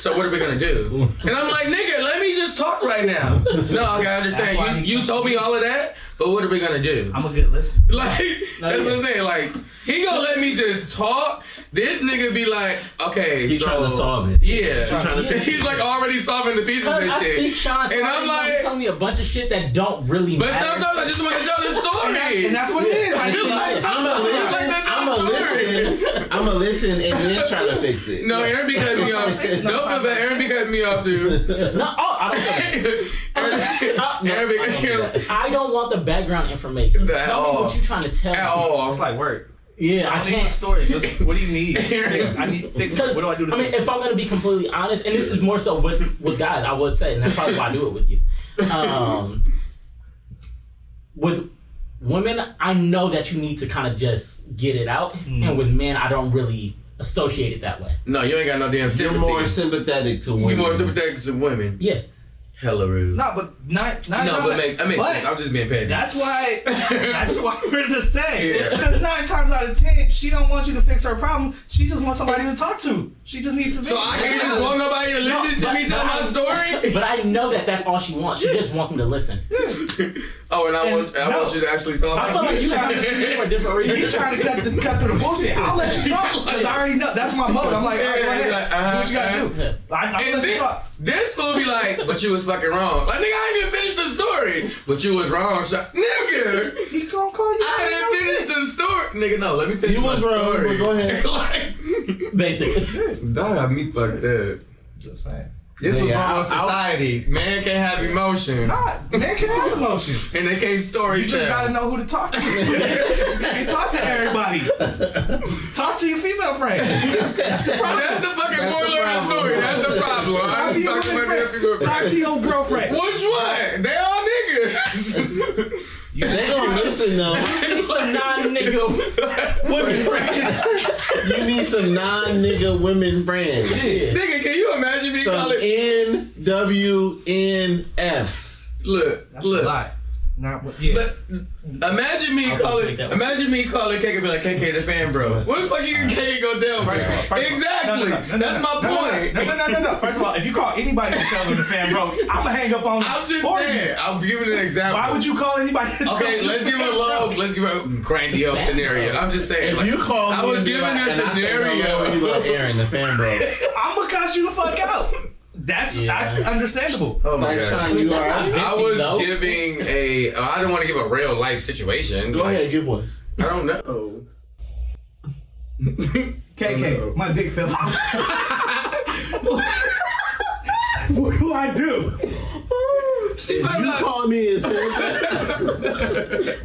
Speaker 1: So what are we gonna do? And I'm like, nigga, let me just talk right now. No, okay, I
Speaker 3: That's why
Speaker 1: understand.
Speaker 3: he-
Speaker 1: You, you told me all of that, but what are we gonna do?
Speaker 3: I'm a good listener.
Speaker 1: Like that's what I'm saying. Like he gonna let me just talk. This nigga be like, okay,
Speaker 4: He's
Speaker 1: so,
Speaker 4: trying to solve it.
Speaker 1: Yeah,
Speaker 4: trying to-
Speaker 1: he's like already solving the pieces
Speaker 2: Cause
Speaker 1: and
Speaker 2: I speak
Speaker 1: shit.
Speaker 2: Sean
Speaker 1: And I'm like-
Speaker 2: telling me a bunch of shit that don't really
Speaker 1: But
Speaker 2: matter.
Speaker 1: sometimes I just want to tell the
Speaker 3: And that's,
Speaker 1: story.
Speaker 3: and that's what it is. Like,
Speaker 1: Dude, like,
Speaker 4: I'm gonna
Speaker 1: It's like
Speaker 4: listen.
Speaker 1: that
Speaker 4: I'm gonna
Speaker 1: story.
Speaker 4: listen. I'm gonna listen and then try to fix it.
Speaker 1: no, Aaron be cutting me off. Don't feel bad. Aaron be cutting me off too.
Speaker 2: no, oh, I don't. care.
Speaker 1: Aaron Aaron be cutting me
Speaker 2: I don't want the background information.
Speaker 1: At
Speaker 2: tell me
Speaker 1: all.
Speaker 2: what you're trying to tell
Speaker 1: at
Speaker 2: me.
Speaker 1: all.
Speaker 3: It's like work.
Speaker 2: Yeah, I
Speaker 3: I need a
Speaker 2: can't.
Speaker 3: story. Just what do you need?
Speaker 1: Aaron.
Speaker 3: I need things.
Speaker 2: Because,
Speaker 3: What do I do to
Speaker 2: I mean,
Speaker 3: fix
Speaker 2: if I'm gonna be completely honest, and this is more so with with guys, I would say, and that's probably why I do it with you. Um, with women, I know that you need to kind of just get it out,
Speaker 3: Mm.
Speaker 2: and with men, I don't really associate it that way.
Speaker 1: No, you ain't got no damn
Speaker 4: You're more
Speaker 1: sympathy.
Speaker 4: sympathetic to women.
Speaker 1: You more sympathetic to women.
Speaker 2: Yeah,
Speaker 1: Hella rude. No,
Speaker 3: No, but not not.
Speaker 1: but make, I mean, I'm just being petty.
Speaker 3: that's why. That's why we're the same.
Speaker 1: Yeah.
Speaker 3: Because nine times out of ten, she don't want you to fix her problem. She just wants somebody to talk to. She just needs to.
Speaker 1: So I can't just want nobody to listen to
Speaker 2: but-
Speaker 1: me tell my story.
Speaker 2: but I know that that's all she wants. She just wants him to listen.
Speaker 1: Oh, and I want
Speaker 3: And
Speaker 1: I
Speaker 3: no.
Speaker 1: want you to actually solve
Speaker 2: I
Speaker 1: my
Speaker 2: feel like you have to
Speaker 1: question.
Speaker 2: listen for different
Speaker 3: You
Speaker 2: reasons.
Speaker 3: trying to cut this, cut through the bullshit? I'll let you talk because I already know that's my mode. I'm like, all right, go ahead.
Speaker 1: Like,
Speaker 3: do what you gotta
Speaker 1: uh-huh,
Speaker 3: do. I, I'll
Speaker 1: And
Speaker 3: let you
Speaker 1: then,
Speaker 3: talk.
Speaker 1: this fool be like, but you was fucking wrong. Like, nigga, I didn't even finish the story. But you was wrong. So, nigga,
Speaker 3: He gonna call you.
Speaker 1: I didn't finish the story. Nigga, no, let me finish
Speaker 4: You
Speaker 1: my
Speaker 4: was wrong,
Speaker 1: story.
Speaker 4: but go ahead.
Speaker 1: like,
Speaker 2: Basically,
Speaker 1: dog, me fucked up.
Speaker 3: Just saying.
Speaker 1: This
Speaker 6: Nigga,
Speaker 1: was wrong
Speaker 6: I-
Speaker 1: with
Speaker 6: I-
Speaker 1: society. Man can't have emotions.
Speaker 6: Nah, man can have emotions.
Speaker 1: And they can't story
Speaker 6: You just gotta know who to talk to.
Speaker 3: Hey, talk to everybody. talk to your female friend.
Speaker 1: That's the fucking
Speaker 6: That's the
Speaker 1: moral of the
Speaker 6: problem.
Speaker 1: story. That's the problem.
Speaker 3: Talk
Speaker 1: I'm
Speaker 3: to
Speaker 1: just
Speaker 3: your
Speaker 1: talking
Speaker 3: women
Speaker 1: about the
Speaker 3: friend.
Speaker 1: other people.
Speaker 3: Talk to your girlfriend.
Speaker 1: Which one? They all niggas.
Speaker 6: You-
Speaker 4: They gonna listen though.
Speaker 2: It's a non-nigga women friends.
Speaker 4: You need some non-nigga women's brands.
Speaker 2: Yeah.
Speaker 1: Nigga, can you imagine me
Speaker 4: Some
Speaker 1: calling?
Speaker 4: NWNFs.
Speaker 1: Look,
Speaker 3: That's a
Speaker 1: look.
Speaker 3: lie. Not what. Yeah.
Speaker 1: But imagine me
Speaker 2: I wouldn't
Speaker 1: calling.
Speaker 2: make that one.
Speaker 1: Imagine me calling KK and be like, KK, the fan, bro. What the fuck you KK go tell me?
Speaker 6: First of all, first of all,
Speaker 1: Exactly.
Speaker 3: No, no, no, no,
Speaker 1: That's
Speaker 3: no,
Speaker 1: my
Speaker 3: no,
Speaker 1: point.
Speaker 3: No, no, no, no, no. First of all, if you call anybody and tell them the fan broke, I'm gonna hang up on you.
Speaker 1: I'm just
Speaker 3: for
Speaker 1: saying.
Speaker 3: you.
Speaker 1: I'm giving an example.
Speaker 3: Why would you call anybody? and tell
Speaker 1: Okay,
Speaker 3: them
Speaker 1: let's
Speaker 3: the
Speaker 1: give
Speaker 3: fan
Speaker 1: a
Speaker 3: broke?
Speaker 1: low. Let's give a grandiose scenario. I'm just saying.
Speaker 4: If
Speaker 1: like,
Speaker 4: you call me,
Speaker 1: I was
Speaker 4: and be
Speaker 1: giving
Speaker 4: like-
Speaker 1: a
Speaker 4: and I say, "Bro,
Speaker 1: scenario.
Speaker 4: where You like Aaron, the fan bro.
Speaker 3: I'm gonna cuss you the fuck out. That's
Speaker 2: Yeah.
Speaker 3: I, understandable.
Speaker 1: Oh my
Speaker 4: Like,
Speaker 1: god.
Speaker 4: Sean, you
Speaker 2: That's
Speaker 4: alright?
Speaker 2: not-
Speaker 1: I was
Speaker 2: though.
Speaker 1: giving a. I don't want to give a real life situation.
Speaker 4: Go
Speaker 1: Like,
Speaker 4: ahead, give one.
Speaker 1: I don't know.
Speaker 6: KK, my dick fell off. what do I do?
Speaker 1: She might
Speaker 4: You
Speaker 1: not-
Speaker 4: call me and say,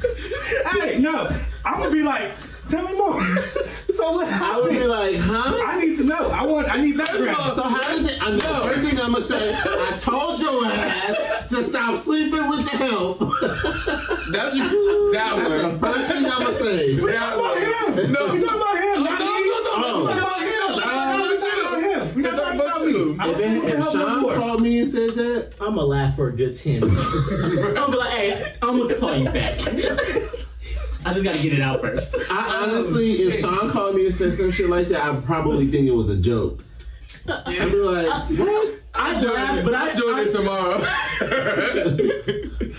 Speaker 6: Hey, no, I'm gonna be like, tell me more. so what
Speaker 4: I would be
Speaker 6: happened?
Speaker 4: like, huh?
Speaker 6: I need to know. I want. I need background.
Speaker 4: So how does it? I know, the first thing I'm gonna say, I told your ass to stop sleeping with the help.
Speaker 1: That's that
Speaker 4: the
Speaker 1: one.
Speaker 4: first thing I'm gonna say.
Speaker 1: That
Speaker 6: About
Speaker 1: one.
Speaker 6: him.
Speaker 1: No.
Speaker 6: We talking about him.
Speaker 1: No,
Speaker 6: not me.
Speaker 1: no, no, no.
Speaker 4: Oh.
Speaker 1: Let's talk about him.
Speaker 6: We
Speaker 1: Let's talk
Speaker 6: talking
Speaker 1: about
Speaker 6: about
Speaker 1: you.
Speaker 6: him. We not talking about me.
Speaker 1: Let's talk about
Speaker 6: I'm
Speaker 4: If,
Speaker 6: saying what the
Speaker 4: if
Speaker 6: hell
Speaker 4: Sean
Speaker 6: before.
Speaker 4: called me and said that,
Speaker 2: I'ma laugh for a good ten. I'ma be like, hey, I'ma call you back. I just gotta get it out first.
Speaker 6: Oh,
Speaker 4: I honestly, if Sean called me and said some shit like that, I probably think it was a joke. I'd be like, what?
Speaker 2: I laugh, but I
Speaker 1: I'm doing it
Speaker 2: I,
Speaker 1: tomorrow.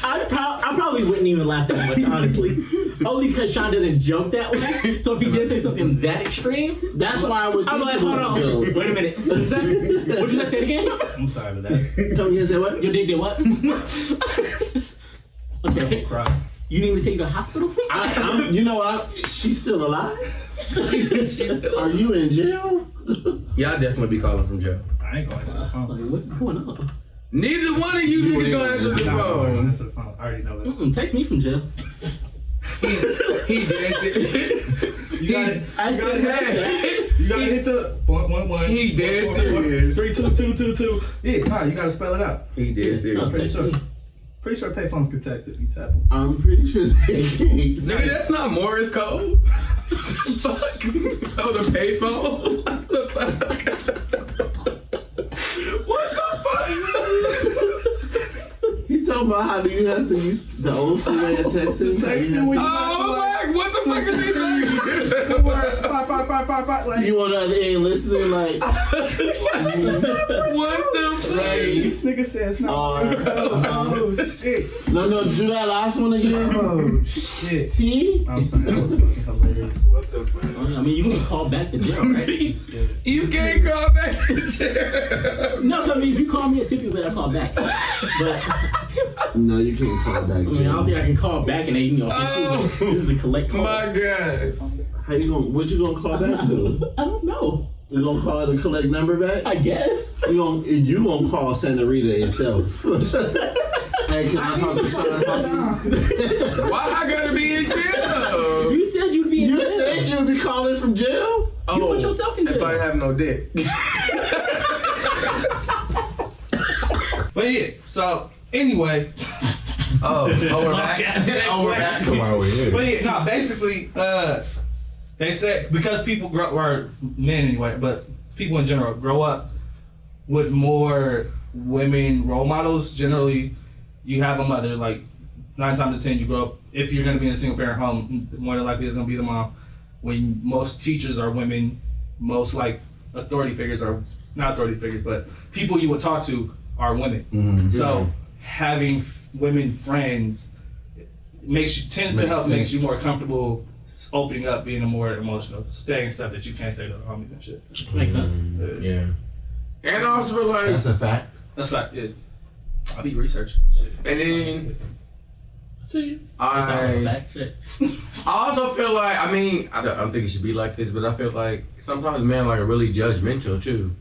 Speaker 2: I, prob- I probably wouldn't even laugh that much, honestly. Only because Sean doesn't joke that way. So if he did say something that extreme,
Speaker 4: That's why I would
Speaker 2: I'm
Speaker 4: think
Speaker 2: like,
Speaker 4: it was
Speaker 2: hold
Speaker 4: a
Speaker 2: on,
Speaker 4: joke.
Speaker 2: wait a minute. What did you just say again?
Speaker 3: I'm sorry for that.
Speaker 4: Come here and say what?
Speaker 2: Your dick did what? okay.
Speaker 3: Cry.
Speaker 2: You need me to take you to the hospital?
Speaker 4: I, I'm, you know what? I- She's still alive? Are you in jail?
Speaker 1: Y'all definitely be calling from jail.
Speaker 3: I ain't gonna answer the phone.
Speaker 2: Like, what is going on?
Speaker 1: Neither one of you, niggas gonna answer the
Speaker 3: Nah, I'm not gonna
Speaker 1: phone.
Speaker 3: answer the phone. I already know that.
Speaker 2: Mm-mm, text me from jail.
Speaker 1: He dancing.
Speaker 6: You gotta,
Speaker 2: I said,
Speaker 1: Hey,
Speaker 6: you gotta hit the one one one.
Speaker 1: He dead
Speaker 6: one, one, one,
Speaker 1: serious.
Speaker 6: Three two two two two. Yeah, nah, you gotta spell it out.
Speaker 1: he did
Speaker 2: no,
Speaker 1: serious.
Speaker 6: Pretty
Speaker 2: text
Speaker 6: sure.
Speaker 2: me.
Speaker 6: Pretty sure payphones can text if you tap them.
Speaker 4: I'm pretty sure they can't.
Speaker 1: Nigga, that's not Morris code. Fuck. Oh, the payphone. What the fuck? What the fuck?
Speaker 4: He talking about how do you have to use the old school way of texting?
Speaker 6: Texting when you
Speaker 1: Oh, I'm like, what the fuck is he
Speaker 6: Word,
Speaker 1: saying?
Speaker 6: five, five, five, five, five, like
Speaker 4: you on the other end listening like, uh, uh-huh.
Speaker 1: What the
Speaker 6: this nigga says no.
Speaker 4: uh,
Speaker 6: Oh shit.
Speaker 4: no, no, do that last one again.
Speaker 6: Oh shit.
Speaker 4: T?
Speaker 6: I'm sorry, that was fucking hilarious.
Speaker 1: fuck? What the fuck?
Speaker 2: I mean, you can call back to jail, right?
Speaker 1: You can't call back the chair.
Speaker 2: No, 'cause I mean, if you call me a typically I call back. But I
Speaker 4: No, you can't call back.
Speaker 2: mean, I don't
Speaker 4: Jim.
Speaker 2: think I can call back and they, you know,
Speaker 1: Oh.
Speaker 2: this is a collect call.
Speaker 1: My God.
Speaker 4: How you gonna? What you gonna call back to?
Speaker 2: I don't know.
Speaker 4: You gonna call the collect number back?
Speaker 2: I guess.
Speaker 4: You gonna you gonna call Santa Rita itself? hey, can I talk to Sean Hawkins?
Speaker 1: Why I gotta be in jail?
Speaker 2: You said you'd be in
Speaker 4: You
Speaker 2: jail.
Speaker 4: said you'd be calling from jail.
Speaker 1: Oh,
Speaker 2: put yourself in
Speaker 1: If
Speaker 2: jail.
Speaker 1: I have no dick.
Speaker 3: But yeah, so anyway,
Speaker 1: Oh, oh we're back.
Speaker 3: Okay.
Speaker 1: oh, we're back.
Speaker 3: but yeah, no, basically, uh, they said because people grow or men anyway, but people in general grow up with more women role models. Generally, you have a mother like nine times out of ten you grow up. If you're gonna be in a single parent home, more than likely it's gonna be the mom. When most teachers are women, most like authority figures are not authority figures, but people you would talk to are women.
Speaker 4: Mm-hmm.
Speaker 3: So having women friends makes you tends to
Speaker 4: Makes
Speaker 3: help makes you
Speaker 4: sense.
Speaker 3: more comfortable s- opening up, being more emotional, saying stuff that you can't say to the homies and shit.
Speaker 2: Makes sense.
Speaker 1: Yeah. And also like,
Speaker 4: That's a fact.
Speaker 3: That's like it. I be researching shit.
Speaker 1: and then
Speaker 2: See? That's not a
Speaker 1: I,
Speaker 2: fact. Shit.
Speaker 1: I also feel like, I mean, I don't, I don't think it should be like this, but I feel like sometimes men like are really judgmental too,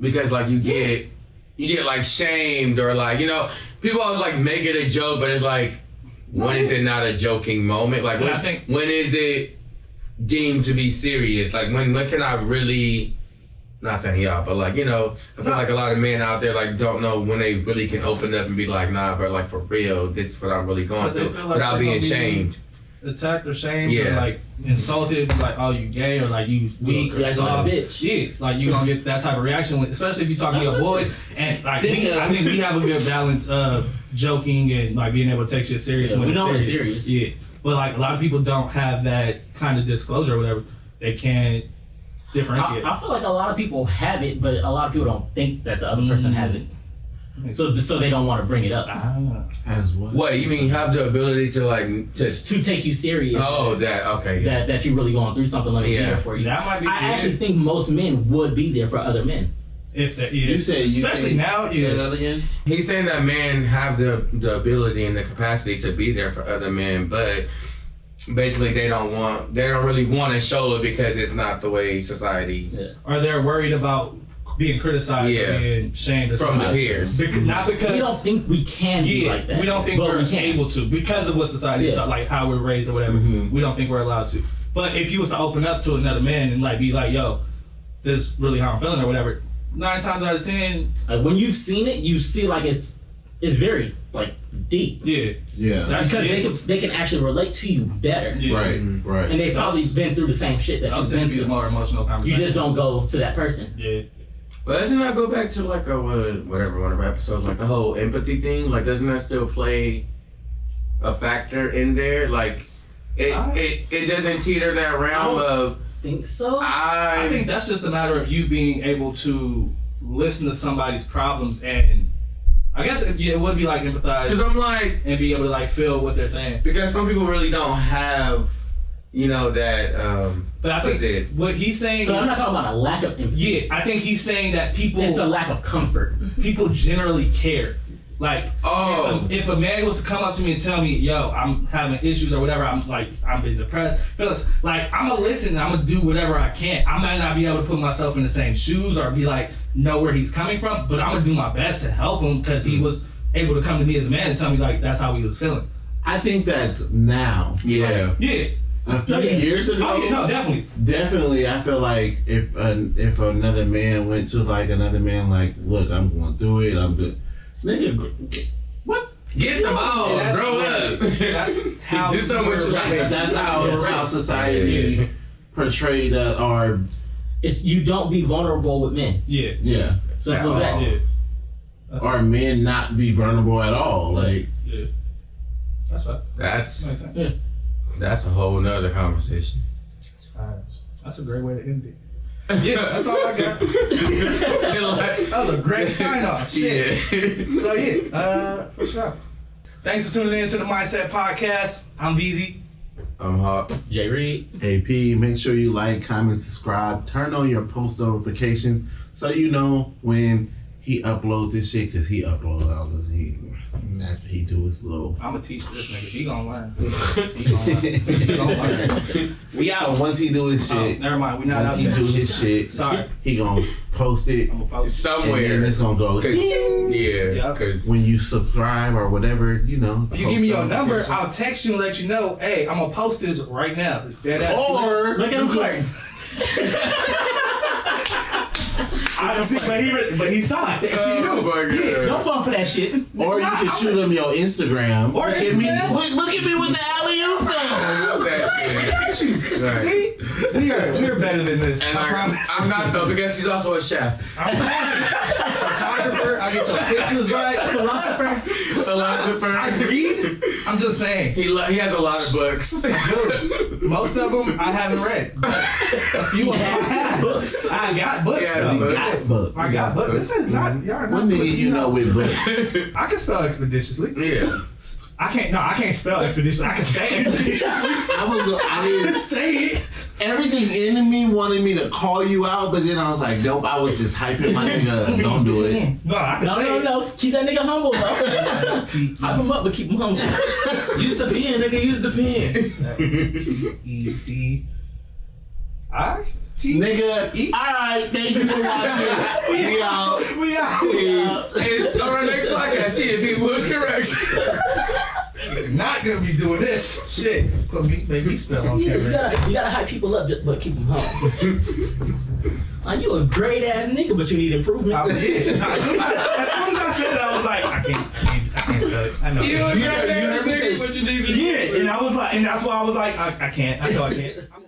Speaker 1: because like you get you get like shamed or like you know people always like make it a joke, but it's like when is it not a joking moment? Like when
Speaker 3: I think-
Speaker 1: when is it deemed to be serious? Like when when can I really? Not saying y'all, but like you know, I feel like a lot of men out there like don't know when they really can open up and be like, nah, but like for real, this is what I'm really going
Speaker 3: But they
Speaker 1: through
Speaker 3: feel like
Speaker 1: without
Speaker 3: they
Speaker 1: being
Speaker 3: gonna be-
Speaker 1: shamed.
Speaker 3: attacked or shamed or
Speaker 1: Yeah.
Speaker 3: like insulted, like oh you gay or like you weak
Speaker 2: Yeah,
Speaker 3: or
Speaker 2: like
Speaker 3: soft.
Speaker 2: a bitch.
Speaker 3: Yeah, like you gonna get that type of reaction, with, especially if you talk to your boys. And like we, I mean, we have a good balance of joking and like being able to take shit serious
Speaker 2: Yeah,
Speaker 3: when
Speaker 2: we
Speaker 3: it's
Speaker 2: know when
Speaker 3: serious.
Speaker 2: it's serious.
Speaker 3: Yeah, but like a lot of people don't have that kind of disclosure or whatever. They can't differentiate.
Speaker 2: I, I feel like a lot of people have it, but a lot of people don't think that the other person has it.
Speaker 3: Mm.
Speaker 2: So, so they don't want to bring it up
Speaker 3: Ah.
Speaker 7: As what?
Speaker 1: What you mean? Have the ability to like just
Speaker 2: just to take you serious.
Speaker 1: oh that okay yeah.
Speaker 2: That that you really going through something. Let me be
Speaker 1: Yeah.
Speaker 2: there for you.
Speaker 3: That might be
Speaker 2: I
Speaker 3: weird.
Speaker 2: actually think most men would be there for other men.
Speaker 3: if that yeah.
Speaker 4: You say you
Speaker 3: especially
Speaker 4: think-
Speaker 3: now,
Speaker 4: Say
Speaker 3: yeah.
Speaker 4: that again.
Speaker 1: He's saying that men have the the ability and the capacity to be there for other men, but basically they don't want they don't really want to show it because it's not the way society
Speaker 3: Or they're worried about being criticized
Speaker 1: Yeah.
Speaker 3: or being shamed or
Speaker 1: from the
Speaker 3: something.
Speaker 1: peers.
Speaker 3: Bec- not because
Speaker 2: We don't think we can be
Speaker 3: Yeah,
Speaker 2: like that.
Speaker 3: we don't think
Speaker 2: but
Speaker 3: we're
Speaker 2: we can.
Speaker 3: able to because of what society is
Speaker 2: Yeah. Mm-hmm.
Speaker 3: like, how we're raised or whatever. We don't think we're allowed to. But if you was to open up to another man and like be like, "Yo, this really how I'm feeling" or whatever, nine times out of ten,
Speaker 2: Like when you've seen it, you see like it's it's very like deep
Speaker 3: yeah,
Speaker 7: Yeah.
Speaker 3: that's
Speaker 2: because
Speaker 3: it.
Speaker 2: they can they can actually relate to you better,
Speaker 3: yeah.
Speaker 7: Right. Right.
Speaker 2: and they've probably
Speaker 3: That's-
Speaker 2: been through the same shit that
Speaker 3: That's
Speaker 2: you've
Speaker 3: gonna
Speaker 2: been
Speaker 3: be the
Speaker 2: through.
Speaker 3: more emotional
Speaker 2: You
Speaker 3: conversation.
Speaker 2: just don't go to that person.
Speaker 3: Yeah,
Speaker 1: But doesn't that go back to like a what- whatever one of our episodes, like the whole empathy thing? Like doesn't that still play a factor in there? Like it
Speaker 3: I-
Speaker 1: it, it doesn't teeter that realm
Speaker 2: I don't-
Speaker 1: of
Speaker 2: Think so?
Speaker 1: I,
Speaker 3: I think that's just a matter of you being able to listen to somebody's problems and. I guess it, yeah, it would be like
Speaker 1: because
Speaker 3: empathize
Speaker 1: I'm like
Speaker 3: and be able to like feel what they're saying.
Speaker 1: because some people really don't have you know that um
Speaker 3: But I
Speaker 1: That's it.
Speaker 3: think what he's saying,
Speaker 2: But I'm
Speaker 3: is,
Speaker 2: not talking about a lack of empathy.
Speaker 3: yeah, I think he's saying that people
Speaker 2: It's a lack of comfort.
Speaker 3: people generally care. Like,
Speaker 1: Oh.
Speaker 3: if, a, if a man was to come up to me and tell me, "Yo, I'm having issues or whatever," I'm like, I'm been depressed. Fellas, like, I'm gonna listen. I'm gonna do whatever I can. I might not be able to put myself in the same shoes or be like, know where he's coming from, but I'm gonna do my best to help him because he was able to come to me as a man and tell me like that's how he was feeling.
Speaker 4: I think that's now.
Speaker 1: yeah
Speaker 3: Yeah.
Speaker 4: A few
Speaker 2: Oh, yeah.
Speaker 4: years ago,
Speaker 3: Oh yeah, no, definitely.
Speaker 4: definitely, I feel like if an if another man went to like another man, like, look, I'm going through it. I'm good. Nigga, gr- what?
Speaker 1: get some balls,
Speaker 3: that's
Speaker 1: grow
Speaker 3: right. That's
Speaker 1: up
Speaker 3: how
Speaker 1: do so much
Speaker 3: we're
Speaker 1: like
Speaker 3: raised.
Speaker 4: That's how how
Speaker 1: Yeah.
Speaker 4: society portrayed us, or
Speaker 2: It's you don't be vulnerable with men.
Speaker 3: Yeah.
Speaker 4: yeah,
Speaker 2: Simple
Speaker 1: At
Speaker 2: as
Speaker 1: all.
Speaker 2: that.
Speaker 3: Yeah.
Speaker 4: or men not be vulnerable at all. Like,
Speaker 3: Yeah. That's right.
Speaker 1: that's
Speaker 3: Makes sense.
Speaker 1: that's a whole nother conversation
Speaker 3: That's a great way to end it. Yeah, that's all I got. That was a great sign off. Shit.
Speaker 1: yeah
Speaker 3: So yeah, uh, for sure. Thanks for tuning in to the Mindset Podcast. I'm VZ.
Speaker 1: i'm hot
Speaker 2: Jay Reed.
Speaker 4: AP, make sure you like, comment, subscribe, turn on your post notification so you know when he uploads this shit because he uploads all this. He that's what he do is little.
Speaker 3: I'ma teach this nigga. He gonna learn. He gonna learn. He gonna learn. We out.
Speaker 4: So once he do his
Speaker 3: Oh,
Speaker 4: shit,
Speaker 3: never mind. We not
Speaker 4: once
Speaker 3: out
Speaker 4: he do
Speaker 3: yet.
Speaker 4: his shit,
Speaker 3: Sorry.
Speaker 4: he gonna post it
Speaker 3: I'm a post.
Speaker 4: and then
Speaker 1: somewhere
Speaker 4: it's gonna go.
Speaker 1: 'Cause- yeah
Speaker 3: Yeah.
Speaker 1: because
Speaker 4: When you subscribe or whatever, you know.
Speaker 3: If you
Speaker 4: post
Speaker 3: give me your number,
Speaker 4: notification.
Speaker 3: I'll text you and let you know. Hey, I'm gonna post this right now. Dead ass.
Speaker 4: Or
Speaker 2: Look at him flirting.
Speaker 3: I see, but he re- but he saw it.
Speaker 1: Oh
Speaker 2: Don't fall for that shit.
Speaker 4: or you can shoot him your Instagram.
Speaker 3: Or
Speaker 4: look at me.
Speaker 3: Instagram.
Speaker 4: Look, look at me with the alley oop though.
Speaker 1: Oh, Right.
Speaker 3: See, we are we're better than this.
Speaker 1: and
Speaker 3: I,
Speaker 1: I,
Speaker 3: promise.
Speaker 1: i'm not though because he's also a chef
Speaker 3: photographer. I get your pictures right.
Speaker 2: Philosopher.
Speaker 3: I
Speaker 1: philosopher
Speaker 3: read. I'm just saying.
Speaker 1: he, lo- he has a lot of books
Speaker 3: Dude, most of them I haven't read. A few of them I have.
Speaker 2: Books.
Speaker 3: I got books
Speaker 1: Yeah,
Speaker 3: though.
Speaker 1: books.
Speaker 4: Got books.
Speaker 3: I got books. This is not. Y'all are
Speaker 4: What
Speaker 3: not.
Speaker 4: nigga
Speaker 3: putting-
Speaker 4: you know with books?
Speaker 3: I can spell expeditiously.
Speaker 1: yeah
Speaker 3: I can't. No, I can't spell expeditiously. I can say expeditiously.
Speaker 4: I was, go- I didn't.
Speaker 3: say it.
Speaker 4: Everything in me wanted me to call you out, but then I was like, nope. I was just hyping my nigga. up. Don't do it.
Speaker 3: No, I can
Speaker 2: No,
Speaker 3: say
Speaker 2: no,
Speaker 3: it.
Speaker 2: no. Keep that nigga humble, bro. Hype him up, but keep him humble.
Speaker 1: use the pen nigga use the pen
Speaker 3: E D E I
Speaker 4: Nigga, alright, thank you for watching. we out.
Speaker 3: we out.
Speaker 4: Peace.
Speaker 1: It's on our next podcast. See if he was correct.
Speaker 3: Not gonna be doing this. Shit. Put me, make me smell on
Speaker 2: You
Speaker 3: camera.
Speaker 2: gotta, you gotta hype people up, just, but keep them humble. like you a great ass nigga, but you need improvement.
Speaker 3: I was, yeah. Nah, as soon as I- as soon as I said that, I was like, I can't, change- I can't spell it. I know.
Speaker 1: You a
Speaker 4: you heard me
Speaker 1: goddamn
Speaker 4: say-
Speaker 1: nigga, but you need to-
Speaker 3: yeah, and I was like, and that's why I was like, I, I can't. I know I can't. I'm-